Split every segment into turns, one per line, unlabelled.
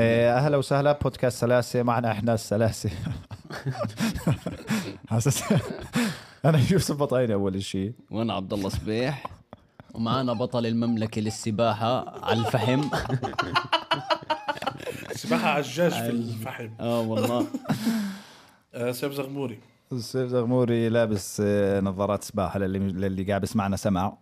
اهلا إيه، وسهلا بودكاست سلاسه معنا احنا السلاسه حاسس انا يوسف بطايني اول شيء
وانا عبد الله صبيح ومعانا بطل المملكه للسباحه على الفحم
سباحة عجاج في الفحم
اه والله
آه، سيف زغموري
السيف زغموري لابس آه، نظارات سباحه للي للي قاعد بسمعنا سمع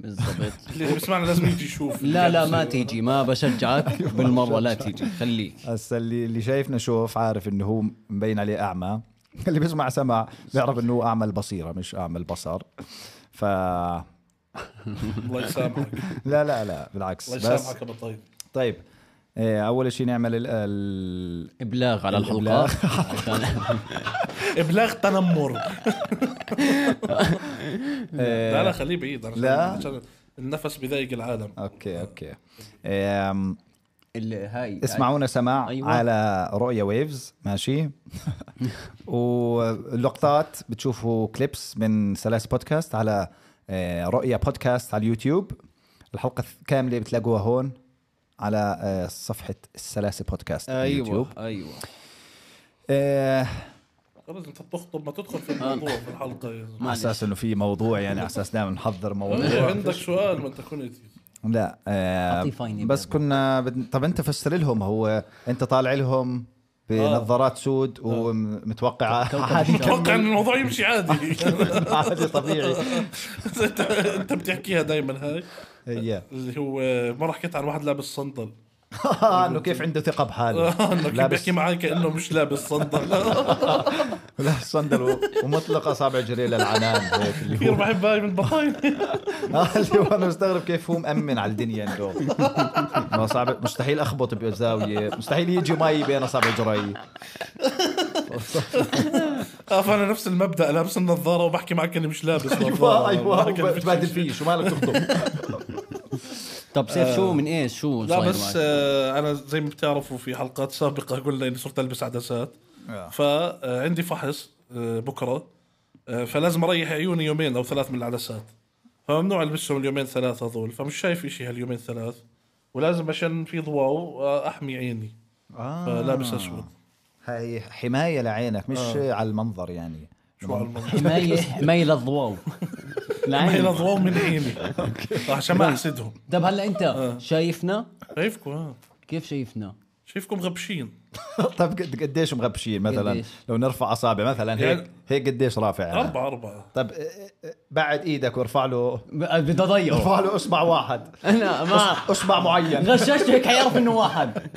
بالضبط
اللي بسمعنا لازم يجي يشوف
لا لا ما تيجي ما بشجعك بالمره لا تيجي خليك
هسا اللي اللي شايفنا شوف عارف انه هو مبين عليه اعمى اللي بيسمع سمع بيعرف انه هو اعمى البصيره مش اعمى البصر ف
الله يسامحك
لا لا لا بالعكس
الله
بس
يسامحك ابو طيب
طيب آه، اول شيء نعمل ال- ال...
ابلاغ على الحلقه
الإبلاغ.
عشان-
ابلاغ تنمر
آه.
لا لا خليه بعيد أنا
لا.
عشان النفس بضايق العالم
اوكي اوكي آم،
ال- هاي
اسمعونا سماع
أيوة.
أيوة. على رؤيا ويفز ماشي واللقطات بتشوفوا كليبس من سلاسل بودكاست على آه، رؤيا بودكاست على اليوتيوب الحلقة كاملة بتلاقوها هون على آه، صفحة السلاسل بودكاست على اليوتيوب
ايوه ايوه
آه،
خلص انت بتخطب ما تدخل في الموضوع في الحلقة يا زلمة.
على اساس انه في موضوع يعني على اساس دائما نحضر
إيه،
موضوع
عندك سؤال ما انت كنت
لا آه،
أعطيه فاينة
بس كنا بد... طب انت فسر لهم هو انت طالع لهم
آه.
بنظارات سود ومتوقعة عادي
اتوقع ان الموضوع يمشي عادي
عادي طبيعي
انت انت بتحكيها دائما هاي
هي
اللي هو مره حكيت عن واحد لابس صندل
انه آه، كيف عنده ثقه بحاله
انه آه، كيف
لابس
بيحكي معي كانه مش لابس صندل
لابس صندل و- ومطلق اصابع جريه للعنان هيك اللي
كثير
هو
بحب هاي من بطايني
آه، اللي هو انا مستغرب كيف هو مأمن على الدنيا عنده ما صعب مستحيل اخبط بزاويه مستحيل يجي مي بين اصابع جري
اه فانا نفس المبدا لابس النظاره وبحكي معك اني مش لابس
ايوه
نظاره
ايوه
ما كان
بتبادل فيه شو مالك تخطب
طب سيف شو من ايش شو
لا
صاير
بس
معك؟
آه، انا زي ما بتعرفوا في حلقات سابقه قلنا اني صرت البس عدسات
آه.
فعندي فحص آه، بكره آه، فلازم اريح عيوني يومين او ثلاث من العدسات فممنوع البسهم اليومين ثلاثه هذول فمش شايف شيء هاليومين ثلاث ولازم عشان في ضواو آه، احمي عيني فلابس اسود
آه، هاي حمايه لعينك مش
آه.
على المنظر يعني
شو هالمنظر
حمايه حمايه للضواو
هي
العين
ضواو من عيني عشان ما احسدهم
نعم. طب هلا انت شايفنا
شايفكم آه.
كيف شايفنا
شايفكم غبشين
طب قد- قديش مغبشين مثلا
قديش؟
لو نرفع اصابع مثلا هيك
يعني-
هيك قديش رافع يعني؟
اربعه اربعه
طب إيه- إيه- بعد ايدك وارفع له
بدي اضيعه
ارفع له اصبع واحد
انا ما
اصبع معين
غششت هيك حيعرف انه واحد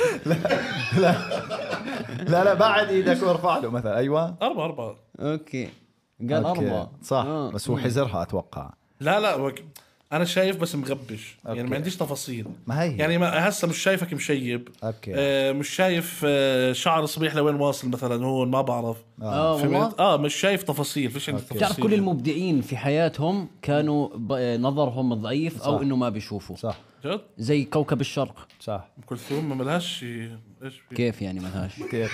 لا لا بعد ايدك وارفع له مثلا ايوه
اربعه اربعه
اوكي قال
أوكي.
أربعة
صح
آه.
بس هو حزرها اتوقع
لا لا وك... انا شايف بس مغبش أوكي. يعني
أوكي.
ما عنديش تفاصيل
ما هي.
يعني ما هسه مش شايفك مشيب
أوكي.
آه مش شايف آه شعر صبيح لوين واصل مثلا هون ما بعرف
اه
آه.
والله
فهمت؟ اه مش شايف تفاصيل فيش عندي تفاصيل
بتعرف كل المبدعين في حياتهم كانوا ب- آه، نظرهم ضعيف او انه ما بيشوفوا
صح
جد
زي كوكب الشرق
صح
ام كلثوم ما ملهاش شي- ايش في
كيف يعني ملهاش
كيف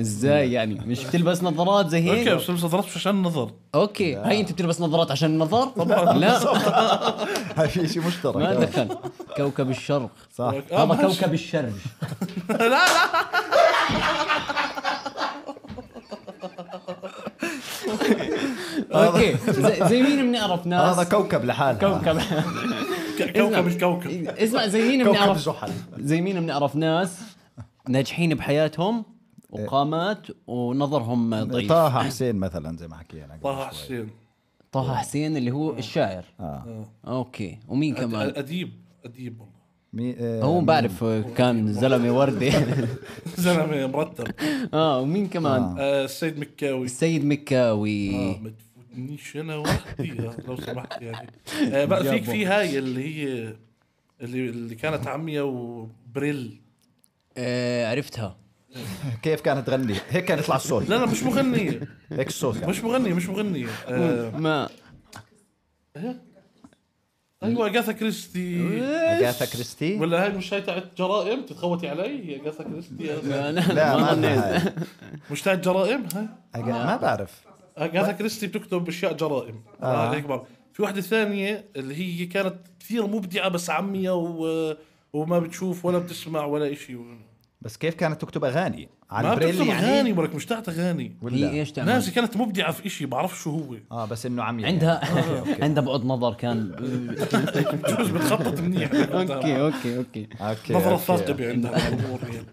ازاي يعني مش بتلبس نظارات زي
اوكي
هيك
بس لبس نظارات مش عشان النظر
اوكي هاي انت بتلبس نظارات عشان النظر لا
هاي في شيء مشترك
ما
آه.
دخل كوكب الشرق
صح
هذا
آه ماشي.
كوكب الشرج
لا لا
اوكي زي- زي مين بنعرف ناس
آه، هذا كوكب لحاله
كوكب
ك- كوكب الكوكب
اسمع زي مين
كوكب
بنعرف
زحل
زي مين بنعرف ناس ناجحين بحياتهم وقامات ونظرهم ضعيف
إيه. طه حسين مثلا زي ما حكينا قبل
طه
شوي.
حسين
طه حسين اللي هو الشاعر
آه.
اوكي ومين كمان
اديب اديب والله
مي... آه،
هو بعرف كان زلمه وردي
زلمه مرتب
اه ومين كمان
آه السيد مكاوي
السيد مكاوي
آه، ما تفوتنيش انا وحدي لو سمحت يعني آه بقى فيك في هاي اللي هي اللي اللي كانت عمية وبريل
آه عرفتها
كيف كانت تغني هيك كان يطلع الصوت
لا لا مش مغنية
هيك الصوت يعني.
مش مغنية مش مغنية آه
ما
ايوه اجاثا كريستي
اجاثا كريستي
ولا هاي مش هاي تاعت جرائم تتخوتي علي اجاثا كريستي هذا.
انا
لا
ما
ما
ظنيت.
عندنا هاي.
مش تاعت جرائم هاي
أجا- ما بعرف
اجاثا كريستي بتكتب اشياء جرائم آه. في واحدة ثانية اللي هي كانت كثير مبدعة بس عمية و وما بتشوف ولا بتسمع ولا شيء
بس كيف كانت تكتب اغاني على
ما
البريل
بتكتب
يعني
اغاني ولك مش تحت اغاني
هي
ولا
ايش تعمل؟
ناسي كانت مبدعه في شيء بعرف شو هو
اه بس انه عم يعني.
عندها
آه،
أوكي.
عندها بعد نظر كان
بجوز بتخطط منيح
اوكي اوكي اوكي
اوكي
نظرة
أوكي.
ثاقبة عندها الامور يعني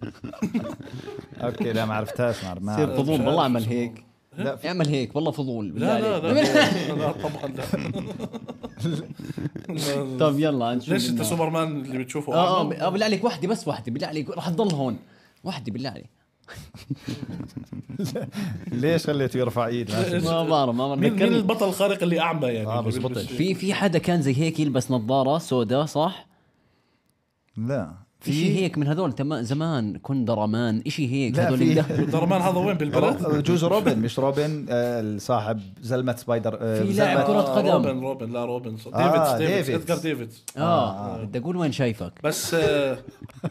اوكي لا ما عرفتهاش ما عرف- ما
يصير
عرف.
فضول
عارف
والله
شو
اعمل
اسمه.
هيك
لا في-
اعمل هيك والله فضول بالله
لا لا
عليك.
لا لا طبعا لا لا.
طب طيب، يلا نشوف
ليش انت
إنه-
سوبرمان اللي بتشوفه
اه
أعمى؟
آه، آه، بالله عليك وحده بس وحده بالله عليك راح تضل هون وحده بالله عليك
ليش خليته يرفع ايد ما أدري.
ما بعرف ما بعرف
مين مين
ذكرني.
البطل الخارق اللي اعمى يعني
آه،
اللي
بزبط.
بيلبس-
في في حدا كان زي هيك يلبس نظاره سوداء صح؟
لا
في شيء هيك من هذول تما زمان كندرمان شيء هيك
لا
هذول
في-
اللي-
درمان هذا وين بالبلد؟
رو- جوز روبن مش روبن آه، صاحب زلمه سبايدر آه،
في
زلمة-
لاعب كرة
آه،
قدم.
روبن روبن لا روبن
آه،
ديفيد ديفيد
ديفيدز.
ادجار ديفيد
اه بدي اقول وين شايفك
بس آه،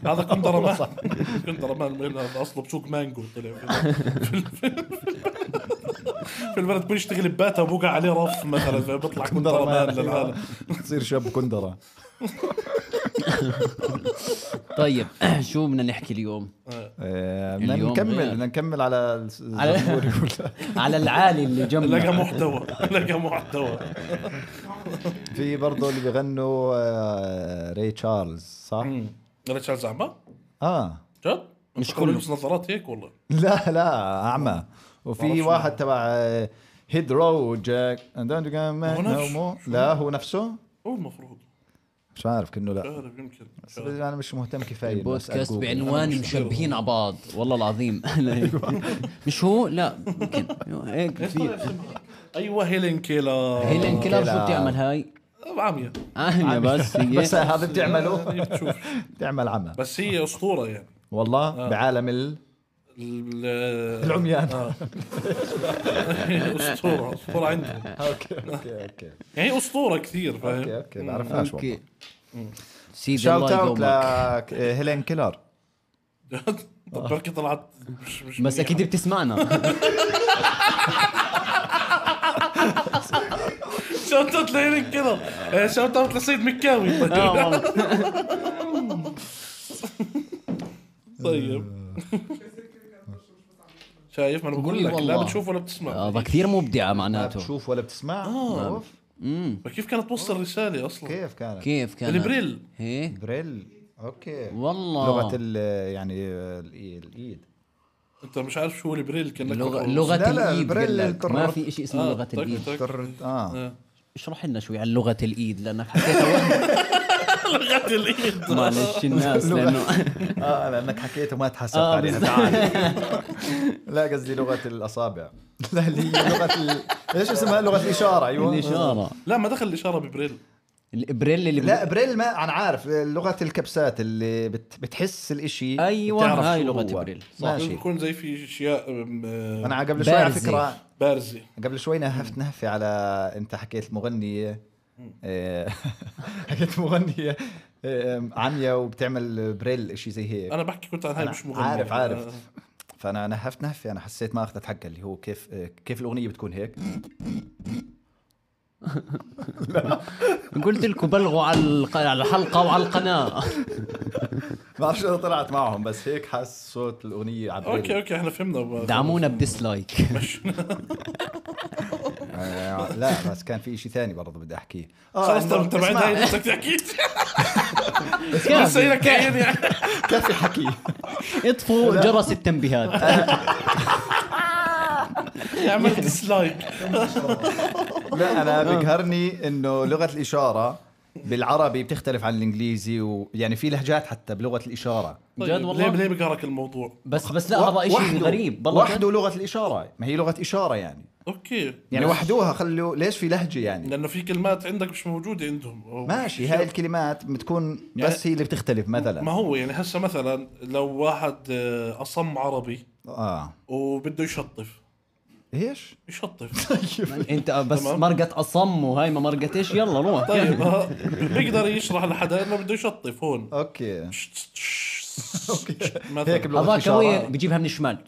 هذا كنت رمان كنت رمان وين هذا اصله بسوق مانجو طلع في- في البلد بيشتغل بباتا وبوقع عليه رف مثلا فبيطلع كنت رمان للعالم
تصير شاب كندره
طيب شو بدنا نحكي اليوم؟
آه، بدنا
اليوم
نكمل
غير.
بدنا نكمل على الس-
على-
الزبور يقول.
على العالي اللي
لقى
جنبنا
محتوى لقى محتوى
في برضه اللي بيغنوا آه، ري تشارلز صح؟
ريتشارلز عمى
اه
جد؟
مش
مش كله
كله.
يلبس نظارات هيك والله
لا لا اعمى وفي
معرفش
واحد تبع آه، هيد رو جاك هو
نفسه.
لا هو نفسه
هو المفروض
مش عارف كأنه
مش
أه.
لا
عارف يمكن
بس انا مش مهتم كفايه إنه أسأل
بودكاست
جوجل.
بعنوان مشبهين على بعض والله العظيم
أيوة.
مش هو؟ لا يمكن هيك في
ايوه هيلين كيلر
هيلين كيلر شو
كلا.
بتعمل هاي؟
عمية
عامية بس هي
إيه،
بس هذا بتعمله
آه، بتشوف
بتعمل عمى
بس هي اسطوره يعني
والله بعالم ال...
آه. ال-
العميان
آه. اسطوره اسطوره يعني عندهم
اوكي اوكي اوكي
يعني اسطوره كثير
اوكي
فاهم
اوكي بعرفهاش والله
اوكي سيدي
شاوت
الله
اوت
يقومك
لهيلين كيلر
طب بركي طلعت مش مش
بس
منيحة.
اكيد بتسمعنا
شوت اوت لهيلين كيلر آه، شوت اوت لسيد مكاوي
آه،
طيب.
والله.
طيب شايف ما انا بقول
قولي
لك لا
والله. آه.
بتشوف ولا بتسمع
هذا كثير مبدعه
لا
معناته
آه، بتشوف ولا بتسمع
آه.
أوف.
كيف كانت توصل يعني رساله اصلا
كيف كانت
كيف كان
البريل.
ايه
بريل اوكي
والله
لغه ال يعني ال- الايد
انت مش عارف شو البريل كانك
لغه
بتقول.
لغه
لا، لا،
الايد
البريل طيب،
قال لك. ما
التراب.
في شيء اسمه
آه،
لغه
طق،
الايد
طق.
ترد- اه
آه.
اشرح لنا شوي عن لغه الايد لانك حكيتها
لغه الايد
معلش الناس لانه
اه لانك حكيته ما تحسبت
آه،
عليها تعال لا قصدي لغه الاصابع لا اللي هي لغه ال... ايش اسمها لغه الاشاره ايوه
الاشاره
لا ما دخل الاشاره ببريل
الابريل اللي
لا بريل ما انا عارف لغه الكبسات اللي بت... بتحس الاشي
أيوة،
بتعرف
هاي
شو
لغة
هو.
بريل. صح.
ماشي
بكون زي في اشياء أم، آه،
انا قبل شوي على
بارزة.
فكره
بارزه
قبل شوي نهفت نهفة على انت حكيت مغنية إيه، حكيت مغنية إيه، عمية وبتعمل بريل اشي زي هيك
انا بحكي كنت عن هاي
أنا
مش مغني
عارف
آه.
عارف فانا نهفت نهفة انا حسيت ما اخذت حقها اللي هو كيف إيه، كيف الاغنية بتكون هيك
قلت لكم بلغوا على الق- على الحلقه وعلى القناه
ما بعرف شو طلعت معهم بس هيك حس صوت الاغنية على بريل.
اوكي اوكي احنا فهمنا
دعمونا بديسلايك
آه، لا بس كان في اشي ثاني برضه بدي احكيه آه،
خلص
إنه-
طب انت بعد
اسمع،
هاي بدك تحكي بس هي لك عين يعني
كفي حكي
اطفوا جرس التنبيهات
اعمل ديسلايك
لا انا بقهرني انه لغه الاشاره بالعربي بتختلف عن الانجليزي ويعني في لهجات حتى بلغه الاشاره
جد
طيب،
والله؟
ليه ليه بقهرك الموضوع
بس بس لا هذا شيء
وحده-
غريب والله جد.
وحده لغه الاشاره ما هي لغه اشاره يعني
اوكي
يعني وحدوها خلوا ليش في لهجه يعني
لانه في كلمات عندك مش موجوده عندهم أو
ماشي
أشياء.
هاي الكلمات بتكون بس هي اللي بتختلف
ما
مثلا
هو يعني هسه مثلا لو واحد آه، اصم عربي
اه
وبده يشطف
ايش
يشطف
انت بس
تمام.
مرقة اصم وهاي ما مرقتش يلا روح
طيب آه، بيقدر يشرح لحدا انه بده يشطف هون
اوكي
مثلا
هيك بلغه
هذاك هو
الاشاره
بيجيبها من الشمال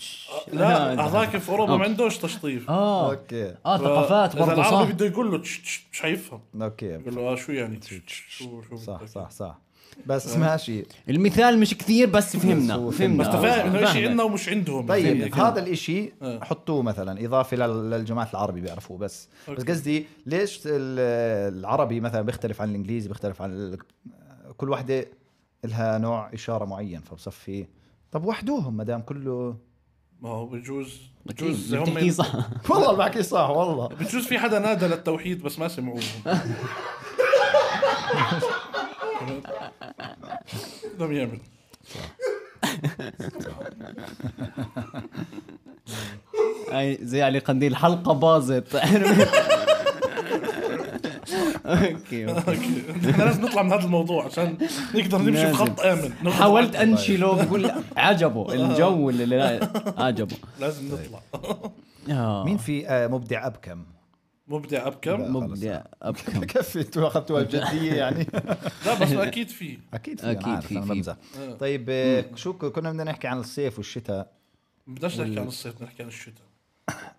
آه، لا هذاك في اوروبا ما عندوش تشطيف
اه
اوكي
اه ثقافات
إذا
برضه صح
العربي بده يقول له تش- تش- مش حيفهم
اوكي
يقول له اه شو يعني تش- تش- شو شو
صح
بدك؟
صح صح بس ماشي
المثال مش كثير بس فهمنا
بس
فهمنا
بس أنت فاهم انه شيء
فاهمك.
عندنا ومش عندهم يعني
طيب
كده.
هذا الاشي حطوه مثلا اضافه لل- للجماعه العربي بيعرفوه بس بس
أوكي.
قصدي ليش ال- العربي مثلا بيختلف عن الانجليزي بيختلف عن ال- كل وحده لها نوع اشاره معين فبصفي طب وحدوهم ما دام كله
ما هو بجوز بجوز
أكيد،
هم
بتحكي صح
والله اللي بحكي صح والله
بجوز في حدا نادى للتوحيد بس ما سمعوه لم يعمل
أي زي علي قنديل حلقه باظت اوكي أوكي.
اوكي احنا لازم نطلع من هذا الموضوع عشان نقدر نمشي
لازم.
بخط امن ناخد
حاولت
راحتنا.
انشله بقول
آه.
عجبه الجو اللي لا عجبه
لازم
طيب.
نطلع
آه.
مين في آه، مبدع ابكم
مبدع ابكم
مبدع ابكم
كفي انتوا اخذتوها بجديه يعني
لا بس اكيد في
اكيد في
أكيد
اكيد
في-
في
في.
انا بمزح طيب آه، شو ك- كنا بدنا نحكي عن الصيف والشتاء
بدناش نحكي عن الصيف نحكي عن الشتاء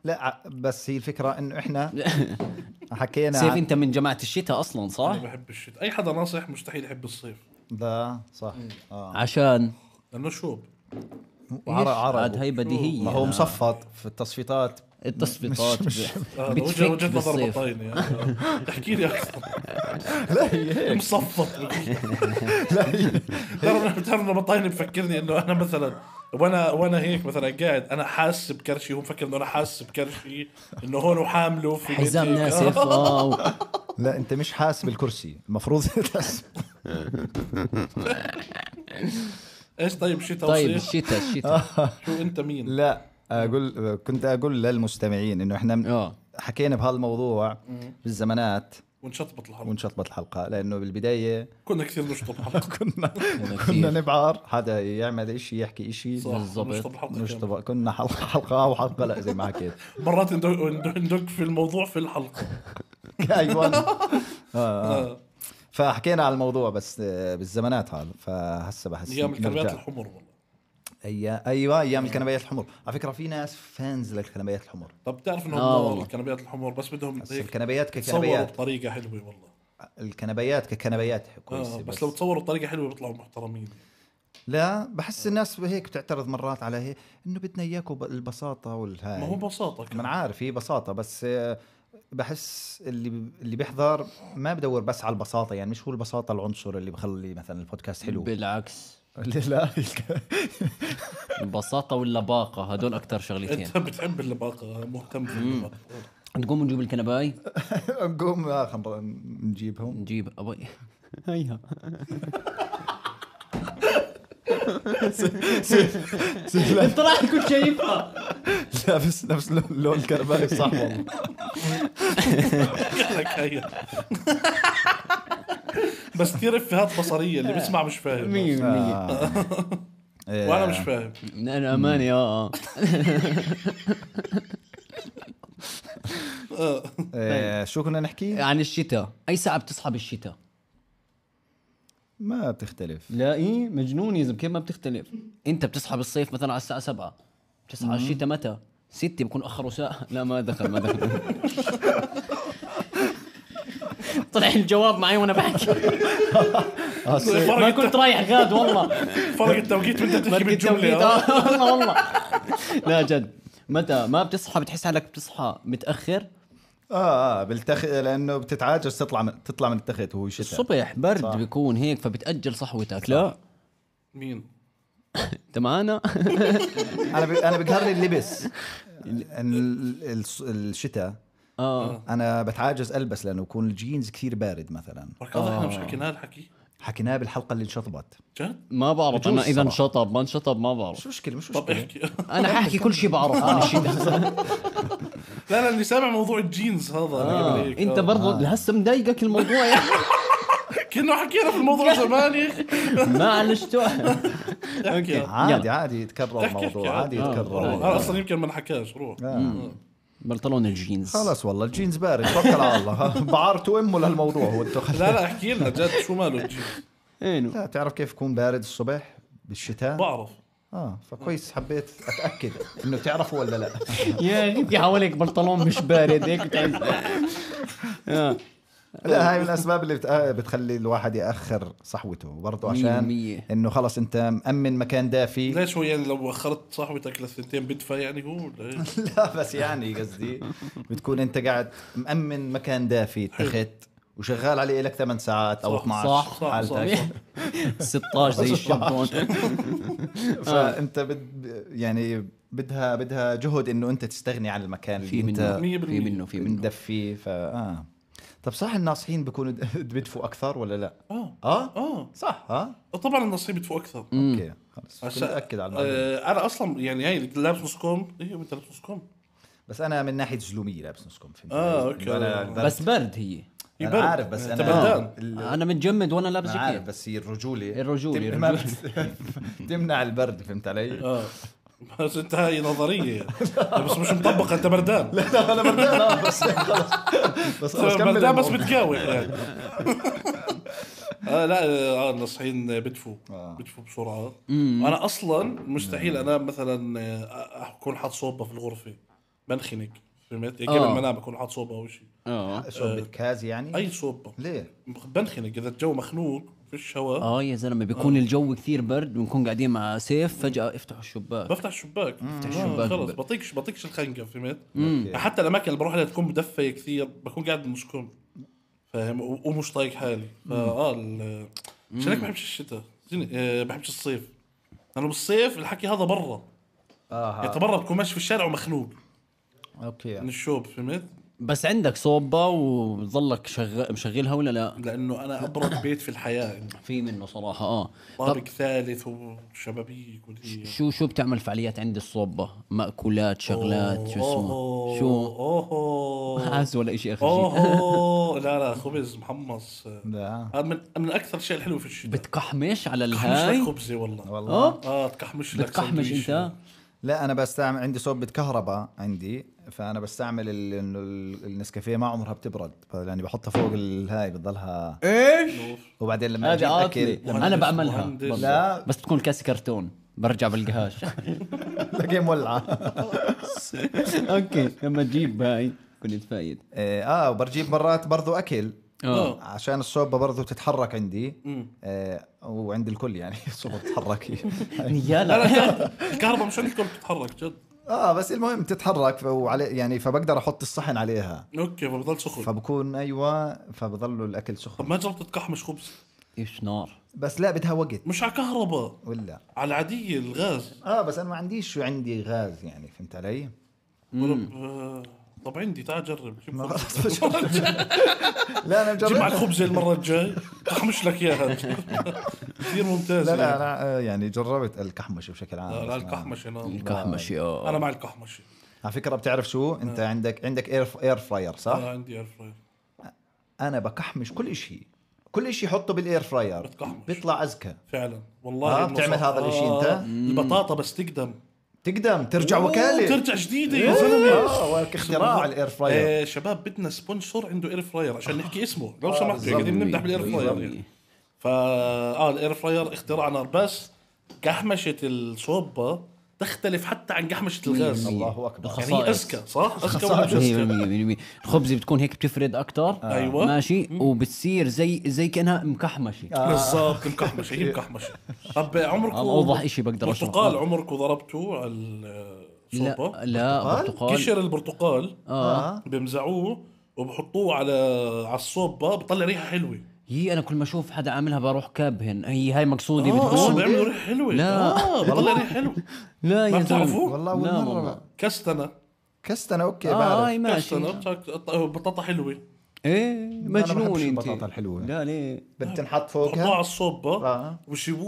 لا ع- بس هي الفكره انه احنا
نعم.
حكينا
سيف
عن
انت من جماعه الشتاء اصلا صح؟
انا بحب الشتاء اي حدا ناصح مستحيل يحب الصيف
لا صح اه
عشان
لانه شوب
وعرق عرق
عاد هاي بديهيه
ما هو مصفط في التصفيطات
التصفيطات ب-
آه،
بتفك
وجه- وجهه نظر
بالصيف.
بطاينه يعني. احكي لي اكثر
لا هي
إيه.
هيك
مصفط
لا هي
ترى بتعرف انه بطاينه بفكرني انه انا مثلا وانا وانا هيك مثلا قاعد انا حاسس بكرشي هو مفكر انه انا حاسس بكرشي انه هون وحامله في بيتي.
حزام آه، ناسف واو
لا انت مش حاسب الكرسي المفروض تحس-
ايش طيب شتاء
طيب
وصيف
الشتاء
آه.
الشتاء
شو انت مين؟
لا اقول كنت اقول للمستمعين انه احنا من-
اه
حكينا بهالموضوع بالزمانات
ونشطبط الحرب
ونشطبت الحلقه لانه بالبدايه
كنا كثير نشطب الحلقه
كنا كنا نبعر حدا يعمل إشي يحكي إشي
صح،
بالضبط.
نشطب الحلقه كاملة.
نشطب كنا حلقه حلقه او حلقه لا زي ما حكيت
مرات ندق- ندق ندق في الموضوع في الحلقه
ايوه
آه،
فحكينا على الموضوع بس آه، بالزمانات هذا فهسه بحس
ايام الكلمات
نرجع.
الحمر والله
أي... ايوه ايام الكنبيات الحمر على فكره في ناس فانز للكنبيات الحمر
طب بتعرف انهم
آه،
نار
والله.
الكنبيات الحمر بس بدهم
بس
هيك
الكنبيات
تصوروا
ككنبيات
بطريقه حلوه والله
الكنبيات ككنبيات كويسه
آه بس لو تصوروا بطريقه حلوه بيطلعوا محترمين
لا بحس الناس هيك بتعترض مرات على هيك انه بدنا اياكم ب- البساطه والهاي يعني
ما هو ببساطه
ما انا
كان.
عارف هي بساطه بس آه، بحس اللي اللي بيحضر ما بدور بس على البساطه يعني مش هو البساطه العنصر اللي بخلي مثلا البودكاست حلو
بالعكس
لا
البساطه واللباقه هدول اكثر شغلتين
انت بتحب اللباقه مهتم في اللباقه
نقوم نجيب الكنباي
نقوم آه، خلنا نجيبهم
نجيب ابوي هيها انت راح تكون شايفها
لابس نفس لون- لون كربالي صح والله
لك هي بس كثير افيهات بصريه اللي بسمع مش
آه.
فاهم بس.
100%
وانا مش فاهم
انا اماني اه آه.
آه، شو كنا نحكي؟
عن يعني الشتاء اي ساعه بتصحى بالشتاء
ما بتختلف
لا ايه مجنون يا زلمه كيف ما بتختلف انت بتصحى بالصيف مثلا على الساعه 7 بتصحى على الشتاء متى 6 بكون اخروا ساعه لا ما دخل ما دخل طلع الجواب معي وانا بحكي
آه، صيف.
ما كنت رايح غاد والله
فرق التوقيت وانت بتحكي
فرق التوقيت
بالجمله آه.
آه، والله والله لا جد متى ما بتصحى بتحس حالك بتصحى متاخر
اه اه بالتخ لانه بتتعاجز تطلع من تطلع من التخت وهو شتاء
الصبح برد بيكون هيك فبتاجل صحوتك لا
مين؟
انت معانا
انا ب... انا بقهرني اللبس ال... ال... الص- الشتاء
آه.
اه
انا بتعاجز البس لانه بكون الجينز كثير بارد مثلا
برك هذا احنا مش حكينا الحكي
حكيناه بالحلقه اللي انشطبت
جد؟
ما بعرف
بجوز
انا اذا
صراحة.
انشطب ما انشطب ما بعرف
شو مشكله مش
طب
مشكله
احكي
انا حاحكي كل شيء بعرفه عن الشتاء
لا لا اللي سامع موضوع الجينز هذا أنا قبل هيك.
انت
آه.
برضه لهسه مضايقك الموضوع يعني. يا أخي.
كنا حكينا في الموضوع زمان يا اخي
معلش تو-
احكي
أوكي.
عادي
يلا.
عادي يتكرر
احكي احكي
الموضوع عادي
آه. آه،
يتكرر
هذا اصلا يمكن ما انحكاش روح آه.
بنطلون الجينز
خلاص والله الجينز بارد توكل على الله بعرتوا امه لهالموضوع هو انتو خل-
لا لا احكي لنا جد شو ماله الجينز
اينو
لا تعرف كيف يكون بارد الصبح بالشتاء
بعرف
اه فكويس حبيت اتاكد انه تعرفوا ولا لا
يا اخي في حواليك بنطلون مش بارد هيك بتعز- آه.
لا هاي من الاسباب اللي بت- آه، بتخلي الواحد ياخر صحوته برضه
مية
عشان
مية.
انه خلص انت مأمن مكان دافي
ليش هو يعني لو اخرت صاحبتك للثنتين بدفع يعني هو لا.
لا بس يعني قصدي بتكون انت قاعد مأمن مكان دافي اتخذت وشغال عليه لك 8 ساعات او
صح،
12
صح،
صح،
حالتك.
صح.
16 زي الشبون
فانت بد يعني بدها بدها جهد انه انت تستغني عن المكان اللي
في
انت
منه
مية
في
بالمية.
منه في منه
مندف فيه ف اه طب صح الناصحين بيكونوا د- بدفوا اكثر ولا لا؟
اه
اه
اه
صح اه
طبعا النصيب بدفع اكثر
اوكي خلص كنت
عشان-
اتاكد على الموضوع
آه انا اصلا يعني هاي لابس نص كوم ايوه انت لابس نص كوم
بس انا من ناحيه جلوميه لابس نصكم فهمت
آه،
علي؟
أوكي.
إنه أنا برد.
بس برد هي
أنا
يبرد. يعني
عارف بس
أنت
أنا-
بردان
ال-
انا متجمد وانا لابس
أنا عارف
جاكيت
بس هي الرجوله
الرجولة،
تم- ما بت- تمنع البرد فهمت علي؟
اه بس انت هاي نظريه بس مش مطبقه انت بردان
لا انا بردان آه، بس خلص بس خلص كمل
بردان بس
الموضوع.
بتقاوح يعني آه لا آه النصحين بدفوا
آه.
بدفوا بسرعه انا اصلا مستحيل انام مثلا آه، اكون حاط صوبه في الغرفه بنخنق فهمت؟ يعني
آه.
قبل ما انام اكون حاط صوبه او شيء
اه
شو
آه.
بالكاز يعني؟
اي صوبه
ليه؟
بنخنق اذا الجو مخنوق فيش هواء
اه يا زلمه بيكون الجو كثير برد ونكون قاعدين مع سيف فجاه افتحوا الشباك
بفتح الشباك بفتح
الشباك.
خلص بطيقش بطيقش الخنقه فهمت؟
أوكي.
حتى الاماكن اللي بروح لها تكون مدفيه كثير بكون قاعد مسكون فاهم و- ومش طايق حالي فا اه ال- عشان هيك بحبش الشتاء زين- آه، بحبش الصيف لانه بالصيف الحكي هذا برا
اه
انت برا بتكون ماشي في الشارع ومخنوق من
اوكي
الشوب فهمت؟
بس عندك صوبه وظلك شغ... مشغلها ولا لا
لانه انا ابرد بيت في الحياه يعني
في منه صراحه اه طب
طابق ثالث وشبابيك والهي
شو شو بتعمل فعاليات عند الصوبه مأكولات شغلات شو اسمه
أوه،
شو
اوه
حاس ولا شيء اخر شيء
اوه لا لا خبز محمص
لا
هذا من من اكثر شيء الحلو في الشتاء
بتقحمش على
بتكحمش لك
الهاي
خبزه والله
والله
اه
اه تكحمش لك
بتقحمش
سندويشة.
انت
لا انا بستعمل عندي صوبة كهرباء عندي فانا بستعمل ال- انه ال- النسكافيه ما عمرها بتبرد يعني بحطها فوق الهاي بتضلها
ايش
وبعدين لما اجيب
هذه عاطلة
اكل
انا بعملها
مهندس.
برضه.
لا.
بس تكون كاس كرتون برجع بلقهاش
تلاقيه مولعه
اوكي لما تجيب هاي كنت فايد
إيه، اه وبرجيب مرات برضو اكل
اه
عشان الصوبة برضو تتحرك عندي آه وعند الكل يعني الصوبة تتحرك
لا
نيالا
لا الكهرباء مش عندكم بتتحرك جد
اه بس المهم تتحرك ف- وعلي يعني فبقدر احط الصحن عليها
اوكي فبضل سخن
فبكون ايوه فبضل الاكل
طب
سخن
ما جربت تكحمش خبز
ايش نار
بس لا بدها وقت
مش على كهرباء
ولا
على العاديه الغاز
اه بس انا ما عنديش شو عندي غاز يعني فهمت علي؟
ضرب آه، طب عندي تعال جرب جيب
ما
خبز.
خلص لا انا
جيب معك
مجرب
خبزه المره الجاي تكحمش لك اياها كثير ممتاز
لا لا
يعني.
انا آه، يعني جربت الكحمش بشكل عام
لا لا
بس ما-
الكحمشه انا
الكحمش اه
انا مع الكحمشه
على فكره بتعرف شو انت
آه.
عندك عندك اير اير فراير صح؟
انا عندي اير فراير
انا بكحمش كل شيء كل شيء حطه بالاير فراير
بتكحمش.
بيطلع اذكى
فعلا والله
آه،
إنه
بتعمل
صح.
هذا الإشي أنت؟
آه، البطاطا بس تقدم
تقدم ترجع
أوه،
وكاله
ترجع جديده يا زلمه
اه اختراع الاير فراير آه،
آه، شباب بدنا سبونسر عنده اير فراير عشان نحكي اسمه لو سمحتوا
بالضبط.
قاعدين نمدح بالاير فراير
بالضبط.
يعني. فا اه الاير فراير اختراعنا بس قحمشه الصوبه تختلف حتى عن قحمشه الغاز
الله اكبر
الخصائص.
يعني هي اذكى صح؟ اذكى وأبجد.
مية مية مية مية. الخبزه بتكون هيك بتفرد اكثر
أيوة.
ماشي وبتصير زي زي كانها مكحمشه
بالضبط مكحمشه هي مكحمشه طب عمركم
هذا أوضح إشي بقدر أشرحه.
برتقال عمركم ضربتوه على آه،
لا
الصوبه؟
لا برتقال
قشر البرتقال
آه.
آه.
اه
بمزعوه وبحطوه على على الصوبه بطلع ريحه حلوه
هي انا كل ما اشوف حدا عاملها بروح كابهن هي هاي مقصودي
اه اصلا
بتكون
بيعملوا ريحه حلوه
آه، لا.
آه بطلع ريحه حلوه
لا
ما
يا
بتعرفوه؟
زلمه
والله
لا
اول
والله.
مره
كستنه
كست انا
آه،
اوكي
اه هاي
إيه، بعرف
ماشي
كستنه بتاك- بطاطا حلوه
ايه
أنا ما
مجنون
بحبش
انت
البطاطا الحلوة.
لا ليه
بتنحط
حطوها على
فوقها
الصوبه
آه.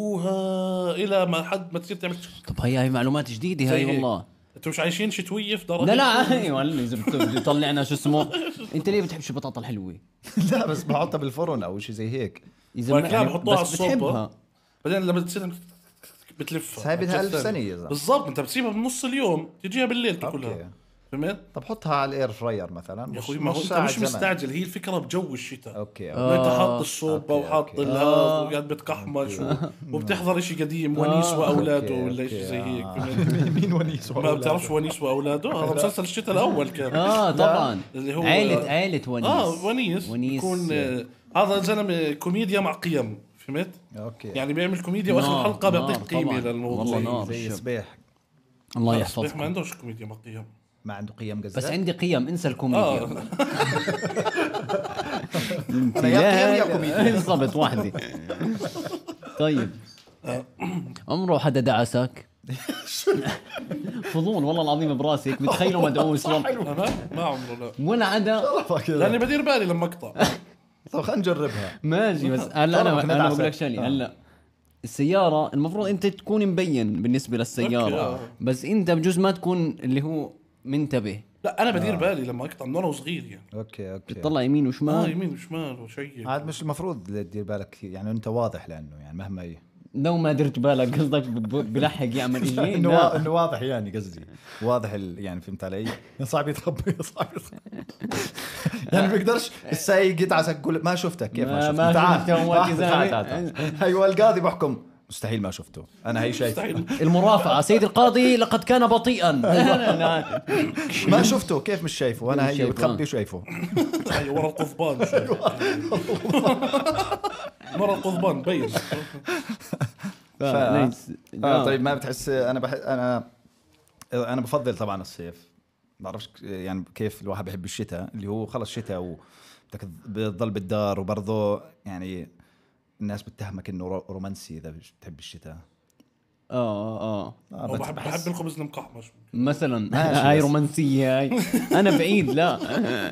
وشيبوها الى ما حد ما تصير تعمل
طب هي هاي معلومات جديده هاي
زي هيك.
والله
انتم مش عايشين شتويه في درجه
لا لا
إيه.
ايوه اذا بت- بيطلعنا شو اسمه انت ليه بتحبش البطاطا الحلوه؟
لا بس بحطها بالفرن او شيء زي هيك
يا
وبعد كده
يعني
بحطوها على
بس
الصوبه
بتحبها
بعدين لما تصير بتلفها
بس هاي بدها ألف
بتلفها.
سنة يا زلمة.
بالضبط انت بتسيبها بنص اليوم تجيها بالليل تاكلها
أوكي.
فهمت؟
طب حطها على الاير فراير مثلا
يا
مش-
اخوي ما هو انت
ساعة
مش
زمن.
مستعجل هي الفكره بجو الشتاء
اوكي
آه،
إنه انت حاط الصوبه
أوكي،
وحاط
أوكي.
الهذا وقاعد بتقحمش و- وبتحضر شيء قديم ونيس واولاده
آه، أوكي،
ولا شيء
أوكي،
زي هيك
آه.
فهمت؟
مين ونيس
ما بتعرفش ونيس واولاده هذا مسلسل الشتاء الاول كان
آه.
اه طبعا
اللي هو-
عيلة عيلة ونيس
اه ونيس
ونيس
يكون آه، هذا زلمه كوميديا مع قيم فهمت؟
اوكي
يعني بيعمل كوميديا واخر
نعم،
نار،
حلقه
نار،
بيعطيك قيمه
طبعاً. والله
للموضوع
نار.
زي
شوف.
صبيح
الله
آه، صحيح ما
يحفظكم
عندوش كوميديا مع قيم
ما عنده قيم قزاز
بس عندي قيم انسى الكوميديا
اه
انا يا قيم
يعني.
يا كوميديا
بالضبط وحدي طيب عمره حدا دعسك فضول والله العظيم براسي هيك بتخيله مدعوس والله.
انا ما عمره لا
ولا عدا
لاني بدير بالي لما اقطع
طب خلينا نجربها
ماشي بس هلا
طبعاً
انا
إحنا
انا
دعسة.
بقول لك شغله
آه.
هلا السيارة المفروض انت تكون مبين بالنسبة
أوكي،
للسيارة
آه.
بس انت بجوز ما تكون اللي هو منتبه
لا انا
آه.
بدير بالي لما اقطع من وانا صغير يعني
اوكي اوكي
بتطلع يمين
آه.
اه
وشمال
يمين وشمال وشيك
عاد مش المفروض تدير بالك كثير، يعني انت واضح لانه يعني مهما ي...
لو ما درت بالك قصدك ب- بلحق يعمل إيه
انه وا-
لا
انه واضح يعني قصدي واضح ال... يعني فهمت علي؟ صعب يتخبى صعب يتخبى يعني ما بيقدرش السايق يدعسك يقول ما شفتك كيف ما
ما-
شفتك؟
ما
تعال
شفتك يا أمك يا
تعال
زلمة.
تعال تعال. ايوه القاضي بحكم مستحيل ما شفته انا هي شايف
مستحيل
المرافعة سيد القاضي لقد كان بطيئا لا، لا.
ما شفته كيف مش شايفه وانا
مش
هي
شايفه.
بتخبي شايفه
هاي أيوة، ورا القضبان ورا القضبان بين
آه،
ف-
ليس-
اه
لا.
طيب ما بتحس انا بح... انا انا بفضل طبعا الصيف بعرفش ك- يعني كيف الواحد بحب الشتاء اللي هو خلص شتاء وبدك بتضل بالدار وبرضه يعني الناس بتتهمك انه رو- رومانسي اذا مش بتحب الشتاء
اه اه اه
آه بت-
وبحب بحب الخبز المقحمش
مثلا
ماشي
هاي
بس.
رومانسية هاي انا بعيد لا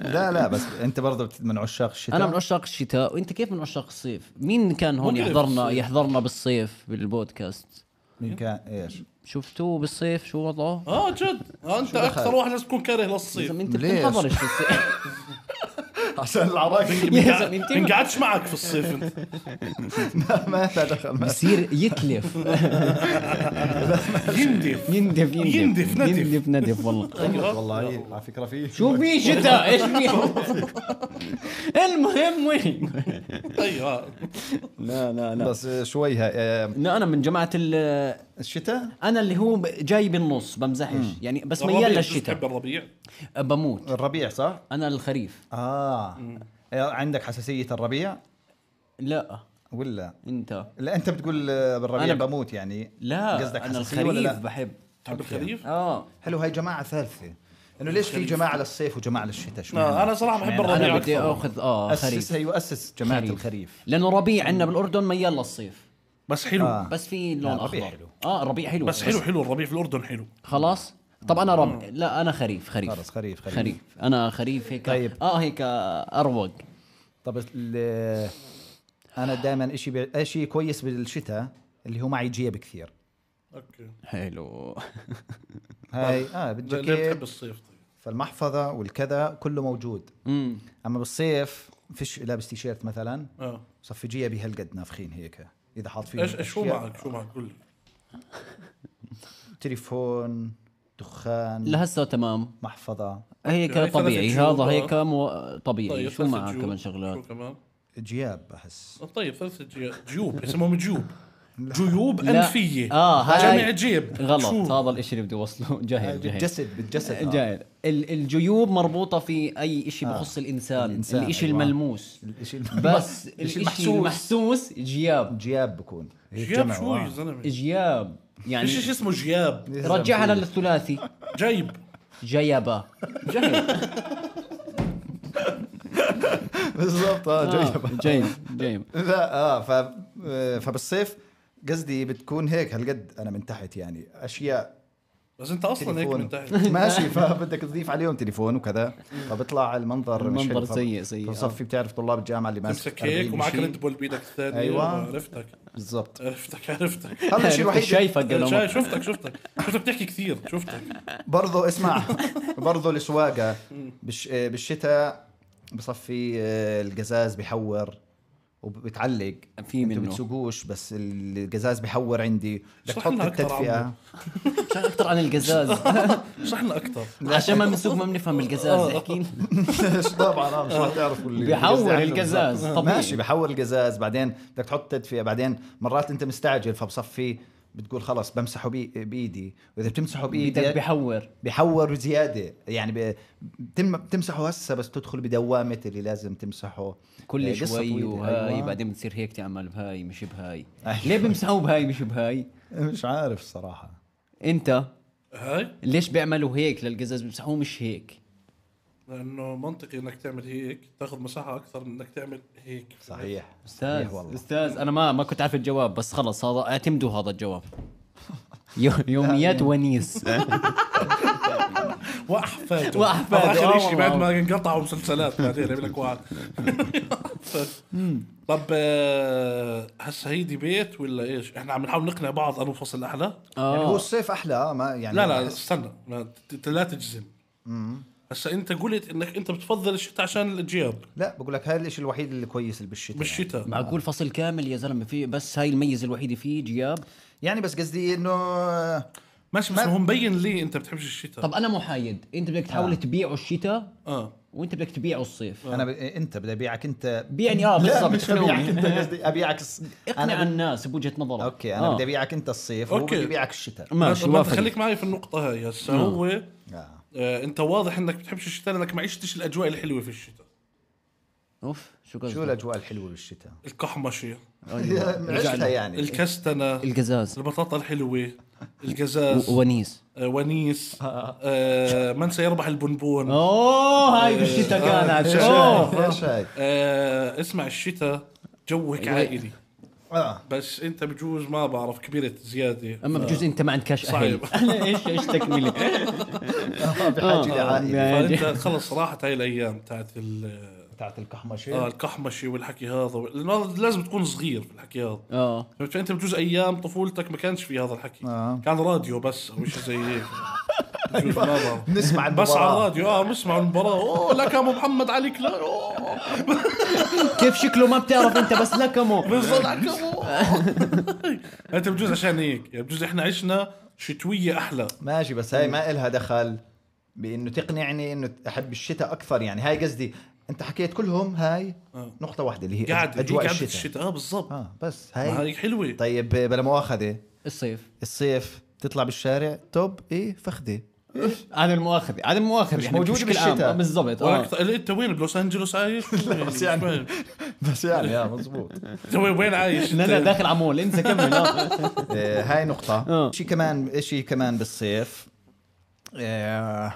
لا لا بس انت برضه بت- من عشاق الشتاء
انا من عشاق الشتاء وانت كيف من عشاق الصيف مين كان هون
مو كيف
يحضرنا
الصيف.
يحضرنا بالصيف بالبودكاست
من كان ايش
شفتوه بالصيف شو وضعه
اه جد آه انت اكثر واحد لازم تكون كاره
يا زلمة
للصيف
انت
ليش؟
بتنحضرش في الصيف
عشان العرايس
يا زلمة انت ما-
بنقعدش معك في الصيف انت
ما دخل ما-
بصير يتلف
يندف
يندف يندف
يندف، ندف.
يندف ندف والله
أيوة.
والله على فكره في
شو في شتاء ايش في المهم وين
ايوه
لا لا
بس شويها آه،
لا انا من جماعه ال-
الشتاء
انا اللي هو ب- جاي بالنص بمزحش يعني بس
الربيع،
ميال
بس بتحب
للشتاء
الربيع
بموت
الربيع صح؟
انا الخريف
اه آه، عندك حساسيه الربيع
لا
ولا
انت
لا انت بتقول آه، بالربيع
أنا ب-
بموت يعني
لا
قصدك
انا
حساسيه ولا
الخريف
لا
بحب
تحب الخريف؟
اه
حلو هاي جماعه ثالثه انه ليش في جماعه للصيف وجماعه للشتاء شو
آه، انا صراحه بحب الربيع
انا بدي
اكثر
اخذ اه خريف
اسسها يؤسس جماعه
خريف.
الخريف
لانه ربيع عندنا بالاردن ميال للصيف
بس حلو
آه.
بس في لون
لا، ربيع
اخضر
حلو.
اه الربيع حلو
بس حلو حلو الربيع في الاردن حلو
خلاص طب انا رب لا انا خريف خريف
خلص، خريف، خريف.
خريف انا خريف هيك
طيب.
اه هيك اروق
طب ال- انا دائما شيء بي... شيء كويس بالشتاء اللي هو معي جيب كثير
اوكي
حلو
هاي اه
ليه ليه بتحب
بالجاكيت
الصيف طيب؟
فالمحفظه والكذا كله موجود
امم
اما بالصيف فيش لابس تيشيرت مثلا
اه
صفي جيبي هالقد نافخين هيك اذا حاط فيه
ايش ايش شو معك شو معك قول لي
إيه،
تليفون دخان
لهسه تمام
محفظه
هيك
يعني
طبيعي
ثلاثة جيوب،
هذا
آه.
هيك مو... طبيعي
طيب
شو
ثلاثة
معك
جيوب.
كمان شغلات
شو كمان؟
جياب بحس
طيب ثلاث جي- جيوب اسمهم جيوب جيوب
لا.
انفيه
آه، هاي.
جمع جيب
غلط
شو؟
هذا الاشي اللي بدي اوصله جاهل جاهل
بالجسد بالجسد آه.
جاهل ال- الجيوب مربوطه في اي شيء بخص الانسان,
الإنسان،
الاشي
أيوة.
الملموس
الشيء
بس
الشيء
الاشي
المحسوس.
المحسوس جياب
جياب بكون هي
جياب
جمع،
شو
آه.
يا زلمه
جياب يعني
ايش ايش اسمه جياب
رجعها للثلاثي
جيب
جيبه جيب
بالضبط اه
آه.
جياب
جيب جيب
لا اه ف... آه، فبالصيف قصدي بتكون هيك هالقد انا من تحت يعني اشياء
بس انت اصلا هيك
تليفون
من تحت
ماشي فبدك تضيف عليهم تليفون وكذا فبيطلع المنظر مش
المنظر
حلو. فب-
سيء- سيء، آه.
بصفي بتعرف طلاب الجامعه اللي ماسك
تمسك هيك
40
ومعك
شيء.
ريد بول بيدك الثانيه
أيوة.
عرفتك
بالضبط
عرفتك عرفتك
هذا الشيء الوحيد اللي-
شايفك قبل
شاي-
ما
شفتك شفتك شفتك بتحكي كثير شفتك
برضو اسمع برضو السواقه بالش... بالشتاء بصفي آه، القزاز بحور آه، وبتعلق
في
انتوا
منه.
بتسوقوش بس القزاز بحور عندي بدك
اشرح
تحط
لنا أكتر
التدفئه
عنه.
عشان اكثر عن القزاز
اشرح لنا اكثر
عشان ما بنسوق ما بنفهم القزاز احكي لنا.
طبعا آه، مش حتعرف اللي-
بيحول
عنده
القزاز،
بالضبط.
طبيعي.
ماشي بحول القزاز بعدين بدك تحط تدفئه بعدين مرات انت مستعجل فبصفي بتقول خلص بمسحه بي- بايدي واذا بتمسحه
بدك
بايدك
بحور
بحور زياده يعني ب- بتم- بتمسحه هسه بس تدخل بدوامه اللي لازم تمسحه آه،
كل
قصة
شوي
طويلة.
وهاي
أيوة.
بعدين بتصير هيك تعمل بهاي مش بهاي
أيوة.
ليه بمسحوا بهاي مش بهاي
مش عارف صراحه
انت
هاي
ليش بيعملوا هيك للقزاز بمسحوه مش هيك
لانه منطقي انك تعمل هيك تاخذ مساحه اكثر من انك تعمل هيك
صحيح
استاذ
صحيح إيه والله
استاذ انا ما ما كنت عارف الجواب بس خلص هذا اعتمدوا هذا الجواب يو-
يعني
يوميات ونيس
واحفاده
وأحفاده،
هذا
آه
اخر شيء
والله.
بعد ما انقطعوا مسلسلات بعدين يعمل لك واحد طب آه، هسه هي ديبيت ولا ايش؟ احنا عم نحاول نقنع بعض انه فصل احلى
يعني هو
اه
الصيف احلى آه، ما يعني
لا
أمم.
لا
بحس-
استنى لا ت- ت- لا تجزم هسا انت قلت انك انت بتفضل الشتاء عشان الجياب
لا بقول لك هذا الشيء الوحيد اللي كويس اللي بالشتاء يعني.
بالشتاء
معقول فصل كامل يا زلمه في بس هاي الميزه الوحيده فيه جياب
يعني بس قصدي انه آه،
ماشي بس
ما-
هو مبين لي انت بتحبش الشتاء
طب انا محايد انت بدك
آه.
تحاول تبيعه الشتاء
اه
وانت بدك تبيعه الصيف
انا ب... انت بدي ابيعك انت
بيعني
لا
اه بالضبط
مش
شلون؟
ابيعك انت قصدي ابيعك الص-
اقنع
انا ب...
الناس بوجهه نظرك آه.
اوكي انا بدي ابيعك انت الصيف وهو
أوكي.
بدي ابيعك الشتاء
ماشي نعم.
ما- ما
وافق.
خليك معي في النقطة هاي هسا هو
آه.
آه انت واضح انك بتحبش الشتاء لانك ما عشتش الاجواء الحلوة في الشتاء
اوف شو
شو
قصدك
الاجواء الحلوه بالشتاء
القحمشة
عشتها يعني
الكستنة
القزاز
البطاطا الحلوة القزاز
ونيس
آه ونيس آه من سيربح البنبون
آه.
إيه.
اوه هاي بالشتاء كانت
ايش
اوه
هاي؟ ايش هاي؟
آه اسمع الشتاء جوك عائلي
اه
بس انت بجوز ما بعرف كبرت زياده
اما بجوز انت ما عندكش اهل
صعب.
انا ايش ايش تكمله
آه، بحاجه لعائله
يعني.
فانت خلص راحت هاي الايام تاعت ال-
بتاعت
آه
القحمشه
القحمشه والحكي هذا لانه هذا لازم تكون صغير في الحكي هذا
اه
فهمت؟ فانت بجوز ايام طفولتك ما كانش في هذا الحكي
آه.
كان راديو بس او شيء زي هيك بجوز ما بعرف.
نسمع
بس على
المباراه
الراديو اه بسمع المباراه اوه لك يا ابو محمد علي كلان اوه
كيف شكله ما بتعرف انت بس لكمو
بالضبط على انت بجوز عشان هيك يعني بجوز احنا عشنا شتويه احلى
ماشي بس هاي ما إلها دخل بانه تقنعني انه احب الشتاء اكثر يعني هاي قصدي انت حكيت كلهم هاي نقطه واحده اللي هي
آه. قاعد
اجواء
قاعد
الشتاء
الشتاء اه بالضبط
اه بس
ما
هاي
هي حلوه
طيب بلا مؤاخذه
الصيف
الصيف تطلع بالشارع توب ايه فخده
عن المؤاخذه عن المؤاخذه يعني
موجودة
بشكل عام.
بالشتاء.
آه، بالضبط
ولا
اه
أكثر- انت وين بلوس انجلوس عايش؟
بس يعني-
وين-
بس يعني اه مزبوط
انت وين وين عايش؟
لا لا
انت؟
داخل على مول انسى كمل آه.
آه، هاي نقطة
آه.
شيء كمان شيء كمان بالصيف آه،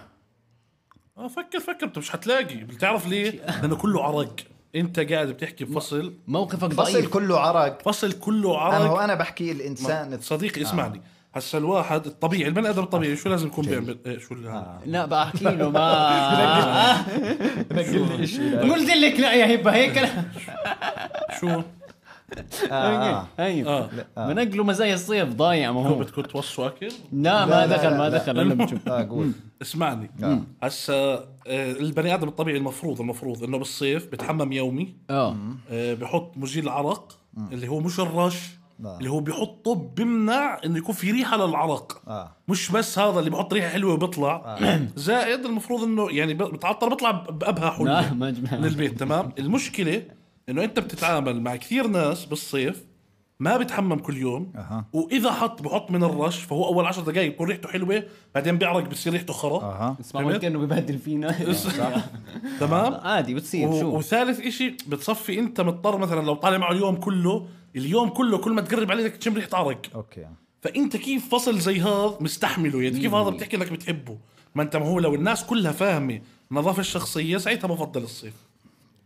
اه فكر فكر انت مش حتلاقي بتعرف ليه؟ لانه كله عرق انت قاعد بتحكي بفصل
موقفك
فصل
ضعيف
كله عرق
فصل كله
انا هو
عرق
انا بحكي الانسان
آه.
صديقي اسمعني هسا الواحد الطبيعي البني ادم الطبيعي شو لازم يكون بيعمل إيه، شو اللي هذا؟
لا بحكي له ما
نقل لي شيء
قلت لك لا يا هبه هيك
شو؟
آه.
ايوه بنقله مزايا الصيف ضايع ما
هو
هو
بدكم توصوا اكل؟
لا
لا،
ما
لا،
دخل
لا،
ما
لا.
دخل انا بشوف
آه،
اه قول
اسمعني هسا آه، البني ادم الطبيعي المفروض المفروض انه بالصيف بتحمم يومي
اه
آه، بحط مزيل عرق اللي هو مش الرش
نعم.
اللي هو بيحطه بمنع انه يكون في ريحه للعرق
آه.
مش بس هذا اللي بحط ريحه حلوه وبيطلع زائد المفروض انه يعني ب- بتعطر بيطلع ب- بابهى
لا
حلوه
ما جمع
من البيت تمام المشكله انه انت بتتعامل مع كثير ناس بالصيف ما بتحمم كل يوم
أها.
واذا حط بحط من الرش فهو اول عشر دقائق بكون ريحته حلوه بعدين بيعرق بتصير ريحته خرا
اها
اسمع كانه ببهدل فينا يعني
تمام
عادي بتصير
و-
شو
وثالث إشي بتصفي انت مضطر مثلا لو طالع معه اليوم كله اليوم كله كل ما تقرب عليه بدك تشم ريحه عرق
اوكي
فانت كيف فصل زي هذا مستحمله يعني كيف هذا بتحكي انك بتحبه ما انت ما هو لو الناس كلها فاهمه النظافه الشخصيه ساعتها بفضل الصيف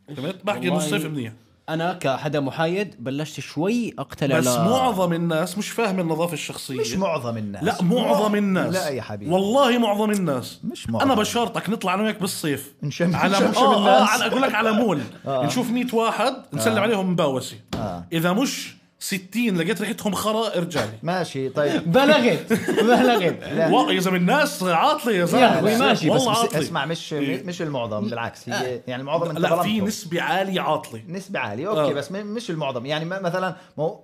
فهمت بحكي انه
والله.
الصيف منيح
انا كحدا محايد بلشت شوي اقتنع
بس
لا-
معظم الناس مش فاهم النظافه الشخصيه
مش معظم الناس
لا معظم الناس
لا يا حبيبي
والله معظم الناس
مش معظم.
انا بشارطك نطلع انا وياك بالصيف
نشم-
على
نشمشم
آه
الناس. آه.
آه على اقول لك على مول نشوف 100 واحد نسلم عليهم مباوسه اذا مش 60 لقيت ريحتهم خرا ارجع لي
ماشي طيب
بلغت بلغت
لا.
وا- يا زلمه الناس عاطله يا
يا
زلمه
أخوي ماشي، بس-
والله
بس
عاطلة.
اسمع مش مش المعظم بالعكس هي يعني المعظم انت
إيه. آه. لا في
ظلمته
نسبه عاليه عاطله
نسبة عالية اوكي
آه.
بس م- مش المعظم يعني ما- مثلا مو